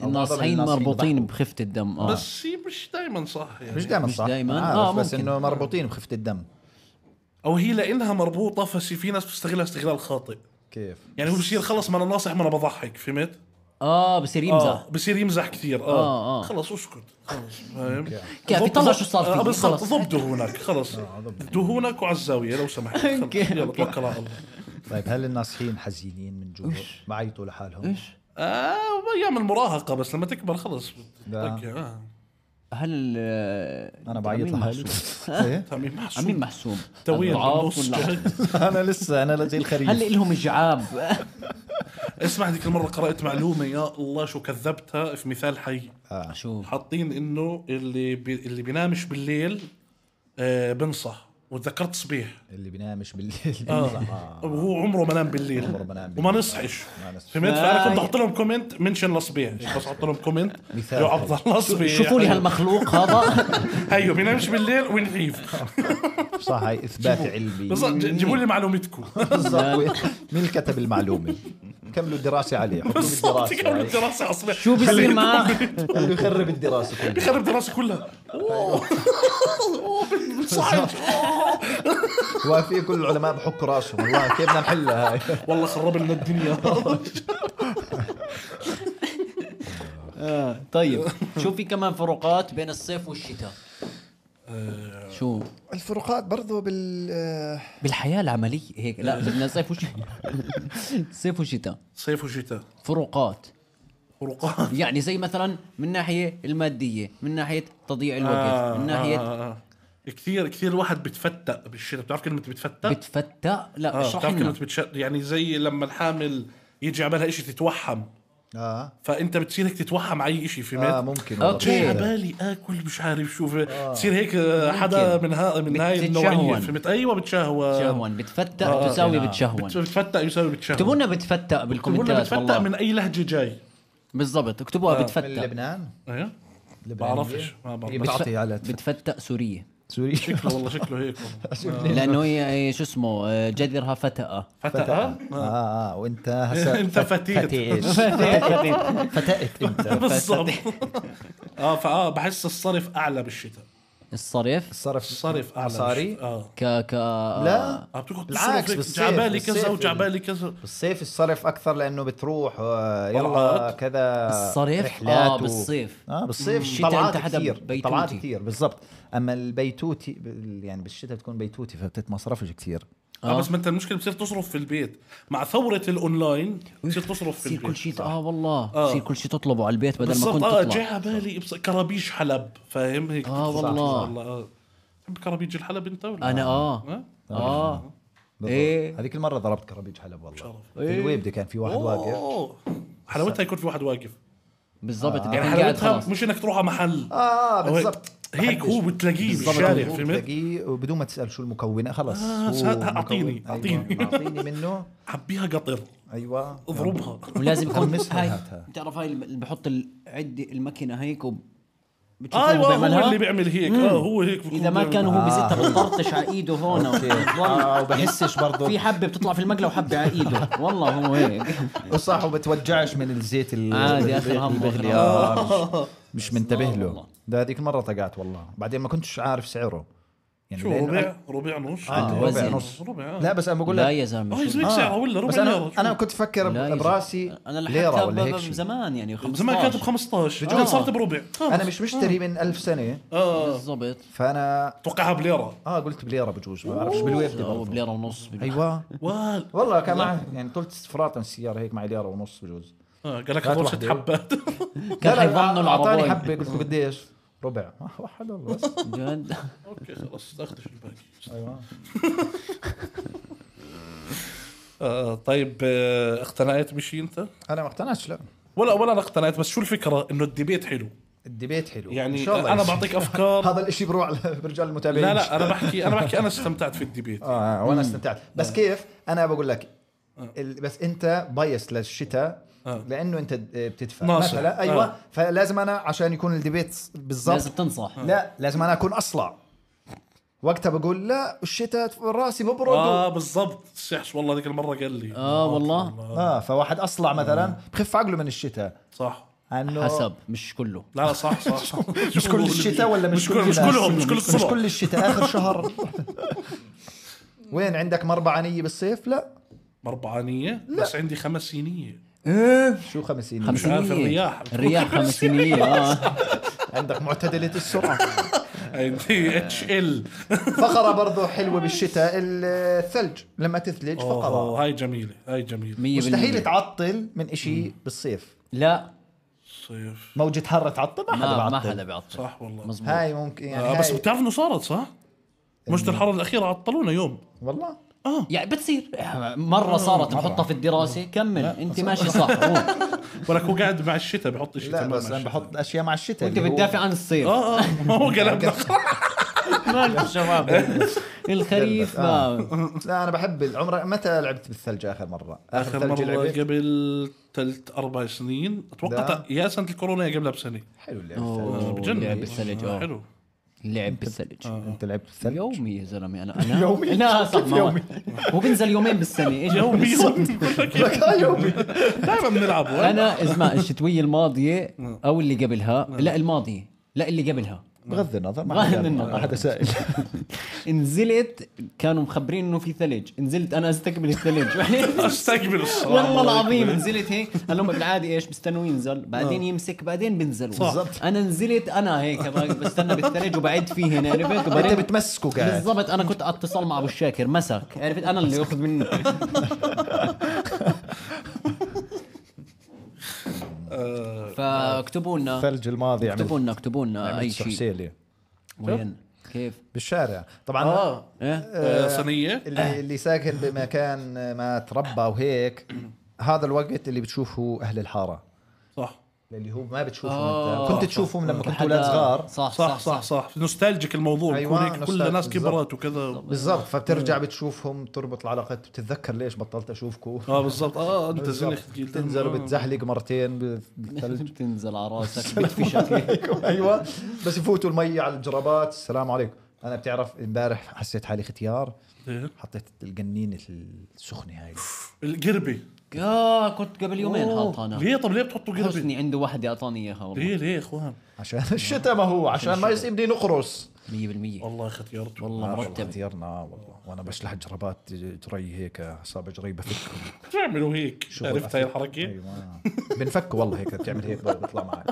الناصحين مربوطين بخفه الدم اه
بس هي مش دائما صح يعني
مش دائما
مش
صح
دايماً؟
عارف،
آه،
بس
ممكن.
انه مربوطين بخفه الدم
او هي لانها مربوطه فس في ناس بتستغلها استغلال خاطئ
كيف
يعني هو بصير خلص ما انا ناصح ما انا بضحك فهمت؟
اه بصير يمزح
اه بصير يمزح كثير اه,
آه، آه.
خلص اسكت خلص فاهم؟
كيف
ضب-
يطلع شو صار
آه،
فيه،
بالضبط
خلص. آه،
ضب دهونك خلص دهونك وعلى الزاويه لو سمحت خلص.
أوكي،
يلا
أوكي.
توكل على الله
طيب هل الناصحين حزينين من جوا بعيطوا لحالهم
ايش
آه ايام المراهقه بس لما تكبر خلص
لا.
بتطقع، آه.
هل آه،
انا بعيط
التأمين
لحالي
محسوب؟
إيه؟
تميم
عمين
محسوب
محسوب
تويل
الضعاف
بالنص.
والأعراض.
انا لسه انا زي
هل
الخريف
لهم جعاب
اسمع هذيك المره قرات معلومه يا الله شو كذبتها في مثال حي
شو
حاطين انه اللي بي اللي بينامش بالليل آه بنصح وتذكرت صبيح
اللي بينامش بالليل
اه وهو عمره ما نام بالليل
إيه. آه. عمره ما نام بالليل.
وما نصحش
ما نصحش.
فهمت فانا كنت
آه.
احط لهم كومنت منشن لصبيح بس احط لهم كومنت
مثال
يا
حي.
عبد الله صبيح
شوفوا لي هالمخلوق هذا
هيو بينامش بالليل ونحيف
صح هاي اثبات علمي
بس ج- جيبوا لي معلومتكم
بالضبط مين اللي كتب المعلومه كملوا الدراسه عليه حطوا
بالضبط
بالدراسه
كملوا
عليه.
الدراسه اصلا
شو بيصير معاه
خلوه يخرب الدراسه كلها
بيخرب الدراسه كلها صعب
وفي كل العلماء بحكوا راسهم والله كيف بدنا نحلها هاي
والله خرب لنا الدنيا
آه، طيب شو في كمان فروقات بين الصيف والشتاء شو
الفروقات برضو بال
بالحياه العمليه هيك لا بدنا صيف وشتاء صيف وشتاء
صيف وشتاء
فروقات
فروقات
يعني زي مثلا من ناحيه الماديه من ناحيه تضييع الوقت من ناحيه
آه، آه. كثير كثير الواحد بتفتق بالشتاء بتعرف كلمه بتفتق؟
بتفتى لا
اه
اشرح
بتعرف كلمه
لنا
بتشق يعني زي لما الحامل يجي عبالها شيء تتوحم
اه
فانت بتصير هيك تتوحم على اي شيء في
اه
مات
ممكن
أوكي.
جاي
والله.
عبالي اكل مش عارف شو في- بتصير هيك آه، حدا من ها من هاي النوعيه
بتتشهون.
فهمت ايوه بتشهوى
تشهون بتفتى
آه،
تساوي
نعم.
بتشهون
بت- بتفتق يساوي بتشهوى
اكتبوا لنا بتفتى
بتقول لنا
بالكومنتات
بتفتق
والله
من آه. اي لهجه جاي
بالضبط اكتبوها
من
بتفتى
لبنان
ايه
لبنانية؟
بعرفش، ما بعرف.
هي
بتف-
بتعطي على
بتفتى سوريه
سوريا
شكله والله شكله هيك آه.
لانه هي هي شو اسمه آه، جذرها فتأة
فتق آه.
اه اه وانت هسا
انت فتيت.
فتيت فتأت انت
بالضبط اه فاه بحس الصرف اعلى بالشتاء
الصرف
صرف
الصرف اعلى
مصاري؟
بالشتاء. اه
ك ك
لا
آه، بتقعد
بالعكس،
تصرف
بالصيف-
هيك، جعبالي كذا
بالصيف
يعني.
وجعبالي كذا
بالصيف الصرف اكثر لانه بتروح آه، يلا
طلعات.
كذا
الصيف؟
رحلات
آه، بالصيف.
و... اه بالصيف
الشتاء
طلعات
أنت حدا
كثير
بيتوتي.
طلعات كثير بالضبط اما البيتوتي بال- يعني بالشتاء بتكون بيتوتي فبتتمصرفش كثير
آه. بس ما انت المشكله بتصير تصرف في البيت مع ثوره الاونلاين بتصير تصرف في
بصير
البيت
كل شيء اه والله
آه.
بصير كل شيء تطلبه على البيت بدل ما
بالضبط
كنت
اه
تطلع
جاي على بالي بص- كرابيش حلب فاهم هيك
آه،
بتصير.
والله.
والله آه. تحب كرابيج الحلب انت ولا
انا
آه.
اه اه
بالضبط.
إيه.
هذيك المره ضربت كرابيج حلب والله
شرف.
في الويبده كان في واحد واقف
أوه. حلاوتها يكون في واحد واقف
بالضبط آه.
يعني
قاعد
حلاوتها
خلاص آه،
مش انك تروح على محل
اه
أو هيك.
بالضبط
هيك هو بتلاقيه
بالضبط
بالشارع
هو
إيه، فهمت
بتلاقيه وبدون ما تسال شو المكونه خلص
آه،
هو
سهل-
مكون.
أعطيني،
أيوة،
أعطيني.
اعطيني منه
حبيها قطر
ايوه
اضربها
ولازم يكون
غمسها
هاي
وهاتها.
بتعرف هاي اللي بحط العدة الماكينه هيك وب... بتشوفوه
ايوه هو
بيعملها؟
اللي بيعمل هيك اه هو هيك بيكون
اذا ما
بيعمل.
كان
آه،
هو
هو.
بزتها بطرطش على ايده هون
اه
وبضل
وبحسش برضه
في حبه بتطلع في المقله وحبه على ايده والله هو هيك
وصح وبتوجعش من الزيت ال-
عادي، آخر
الب-
هم، آخر
البغلي.
هم.
آه، مش- مش منتبه
والله.
له ده هذيك المره طقعت والله بعدين ما كنتش عارف سعره يعني
شو
لأنه-
ربع ربع نص
آه،
عنده
ربع
وزن.
نص
ربع آه.
لا بس انا بقول
لا
لك
يا
اه يا
زلمه شو-
زلمه سعره ولا ربع
بس
ليرة،
انا
شو؟
انا كنت افكر
لا يا زلمة.
براسي
انا
ليره
لحقتها
ولا
ب-
هيك شيء
زمان يعني 15
آه.
زمان كانت ب 15 الان صارت بربع آه،
انا مش مشتري من ألف سنه
اه
بالضبط
فانا
توقعها بليره
اه قلت بليره بجوز ما بعرفش بالويب
او
برضه
بليره ونص بال-
ايوه
وال
والله كان معي يعني طولت فراتن السياره هيك معي ليره ونص بجوز
آه، قال لك
كانت
هذول ست
واحدة.
حبات
كان
لا، لا،
حيظنوا
اعطاني
العرباية.
حبه قلت له قديش؟ ربع آه، واحد والله بس
جد
اوكي خلاص اخدش الباقي
ايوه
آه، طيب آه، اقتنعت بشيء انت؟
انا ما اقتنعتش لا
ولا ولا انا اقتنعت بس شو الفكره انه الديبيت حلو
الديبيت حلو
يعني
ان شاء الله
انا
يصير.
بعطيك افكار
هذا الاشي بروح على- برجع للمتابعين
لا لا انا بحكي انا بحكي انا استمتعت في الديبيت
اه آه، وانا استمتعت بس كيف انا بقول لك ال- بس انت بايس للشتاء
آه.
لانه انت آه، بتدفع
ناصح.
مثلا ايوه
آه.
فلازم انا عشان يكون الديبيت
لازم
بالضبط
تنصح
لا لازم انا اكون اصلع وقتها بقول لا الشتاء راسي ببرد
اه
آه.
بالضبط السحش والله ذيك المره قال لي آه،
اه والله
اه فواحد اصلع مثلا بخف عقله من الشتاء
صح
انه
آه. حسب مش كله
لا لا صح صح
مش كل الشتاء ولا مش,
مش كل مش
الناس؟
كلهم مش كل
مش
الصبح
كل الشتاء اخر شهر وين عندك مربعانيه بالصيف لا
مربعانيه بس عندي خمسينيه
ايه
شو خمسين
مش عارف الرياح.
الرياح خمسينية اه
عندك معتدلة السرعة آه.
عندي اتش ال
فقرة برضو حلوة بالشتاء الثلج لما تثلج فقرة
هاي جميله هاي جميله
مية
مستحيل
بالمية
تعطل من اشي بالصيف
لا
صيف
موجة حر تعطل ما حدا
آه، ما ما
بعطل
حدا بيعطل
صح والله
مزبوط
هاي ممكن يعني
آه بس
هاي-
بتعرف انه صارت صح؟ موجة الحر الأخيرة عطلونا يوم
والله
يعني بتصير مره صارت نحطها في الدراسه كمل انت ماشي صح روح.
ولك هو قاعد مع الشتاء بحط شيء
لا
تمام
بس
مع
انا
الشتاء.
بحط اشياء مع الشتاء
انت
اللي هو-
بتدافع عن الصيف
اه اه ما هو قلبنا
مالك شباب الخريف
آه.
ما
لا انا بحب العمر متى لعبت بالثلج اخر مره؟ اخر,
آخر
ثلج
مرة
لعبت
قبل ثلاث أربع سنين أتوقع
لا.
ت- يا سنة الكورونا يا قبلها بسنة
حلو اللعب الثلج
أوه،
بجنن
لعب الثلج، آه.
حلو
لعب بالثلج
انت لعبت بالثلج؟
يومي يا زلمه انا انا
يومي؟
انا صح ما-
يومي.
هو بينزل يومين بالسنه ايش
يومي
بالظبط؟
لك آه يومي
دائما بنلعبه
انا اسمع الشتويه الماضيه او اللي قبلها لا الماضيه لا اللي قبلها
بغض النظر ما
بغض
حدا
النظر.
ما حدا سائل
نزلت كانوا مخبرين انه في ثلج نزلت انا استقبل الثلج
استقبل الصراحة
والله العظيم نزلت هيك انا هم بالعاده ايش بستنوا ينزل بعدين يمسك بعدين بينزلوا
بالضبط.
انا نزلت انا هيك بستنى بالثلج وبعد فيه هنا عرفت
انت
وبعدين
بتمسكه قاعد
بالضبط انا كنت على اتصال مع ابو الشاكر مسك عرفت انا اللي اخذ منه
آه،
فاكتبوا لنا
الثلج الماضي يعني
اكتبوا
عملت
لنا اكتبوا لنا اي
عملت
شيء
سحسيلية
وين كيف
بالشارع طبعا
اه
ايه
آه، صينية
اللي اللي ساكن بمكان ما تربى وهيك هذا الوقت اللي بتشوفه اهل الحاره
صح
اللي هو ما بتشوفه
آه،
انت كنت
صح.
تشوفهم لما كنتوا
حدا- آه.
اولاد صغار
صح
صح صح صح نوستالجيك الموضوع
أيوة،
بيكون هيك كل
نوستالجيك
الناس
بالضبط.
كبرت وكذا
بالضبط فبترجع بتشوفهم تربط العلاقات بتتذكر ليش بطلت اشوفكم
اه بالضبط آه. اه انت زنخت جيل
تنزل بتزحلق مرتين بالثلج
تنزل على راسك بتفشك
ايوه بس يفوتوا المي على الجرابات السلام عليكم انا بتعرف امبارح حسيت حالي ختيار
إيه.
حطيت القنينه السخنه هاي
القربة
يا كنت قبل يومين حاطها انا
ليه طب ليه بتحطوا قربة؟
حسني عنده وحده اعطاني اياها والله
ليه ليه يا اخوان؟
عشان الشتاء ما هو عشان ما يصيبني نقرص
100%
والله ختيارته
والله مرتب
ختيارنا والله وانا بشلح جرابات جري هيك اصابع جري بفكهم
شو بيعملوا هيك؟ عرفت هاي الحركه؟
ايوه بنفك والله هيك بتعمل هيك برضه بيطلع معك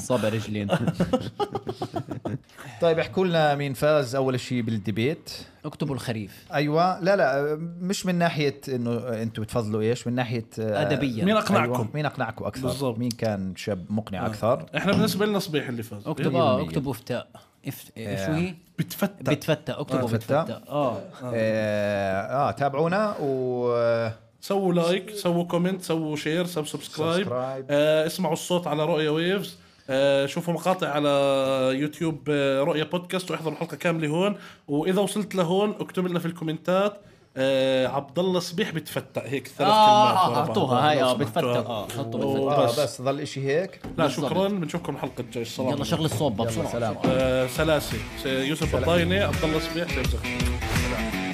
صابع رجلين
طيب احكوا لنا مين فاز اول شيء بالديبيت
اكتبوا الخريف
ايوه لا لا مش من ناحيه انه انتم بتفضلوا ايش من ناحيه آه،
ادبيا
مين
أيوة.
اقنعكم؟
مين اقنعكم اكثر
بالضبط. آه.
مين كان شاب مقنع اكثر
احنا بالنسبه لنا صبيح اللي فاز
اكتب اه اكتبوا فتاء اف... إيه، شو هي؟
بتفتت
بتفتى اكتبوا
آه، فتاء.
بتفتى اه
آه.
اه, آه تابعونا و آه،
سووا لايك سووا كومنت سووا شير سووا سبسكرايب
سبسكرايب.
آه اسمعوا الصوت على رؤيا ويفز آه شوفوا مقاطع على يوتيوب آه رؤيا بودكاست واحضروا الحلقه كامله هون واذا وصلت لهون اكتب لنا في الكومنتات آه عبد الله صبيح بتفتى هيك ثلاث
آه،
كلمات ورا بعض.
حطوها هاي، آه،
خلص،
بتفتى.
حطوها.
آه، حطوا
وبس.
آه بس ظل اشي هيك
لا
بالضبط.
شكرا بنشوفكم الحلقه الجايه الصراحه
يلا شغل الصوب بسرعه
سلام
آه سلاسه يوسف بطاينه عبد الله صبيح سيف زغلول.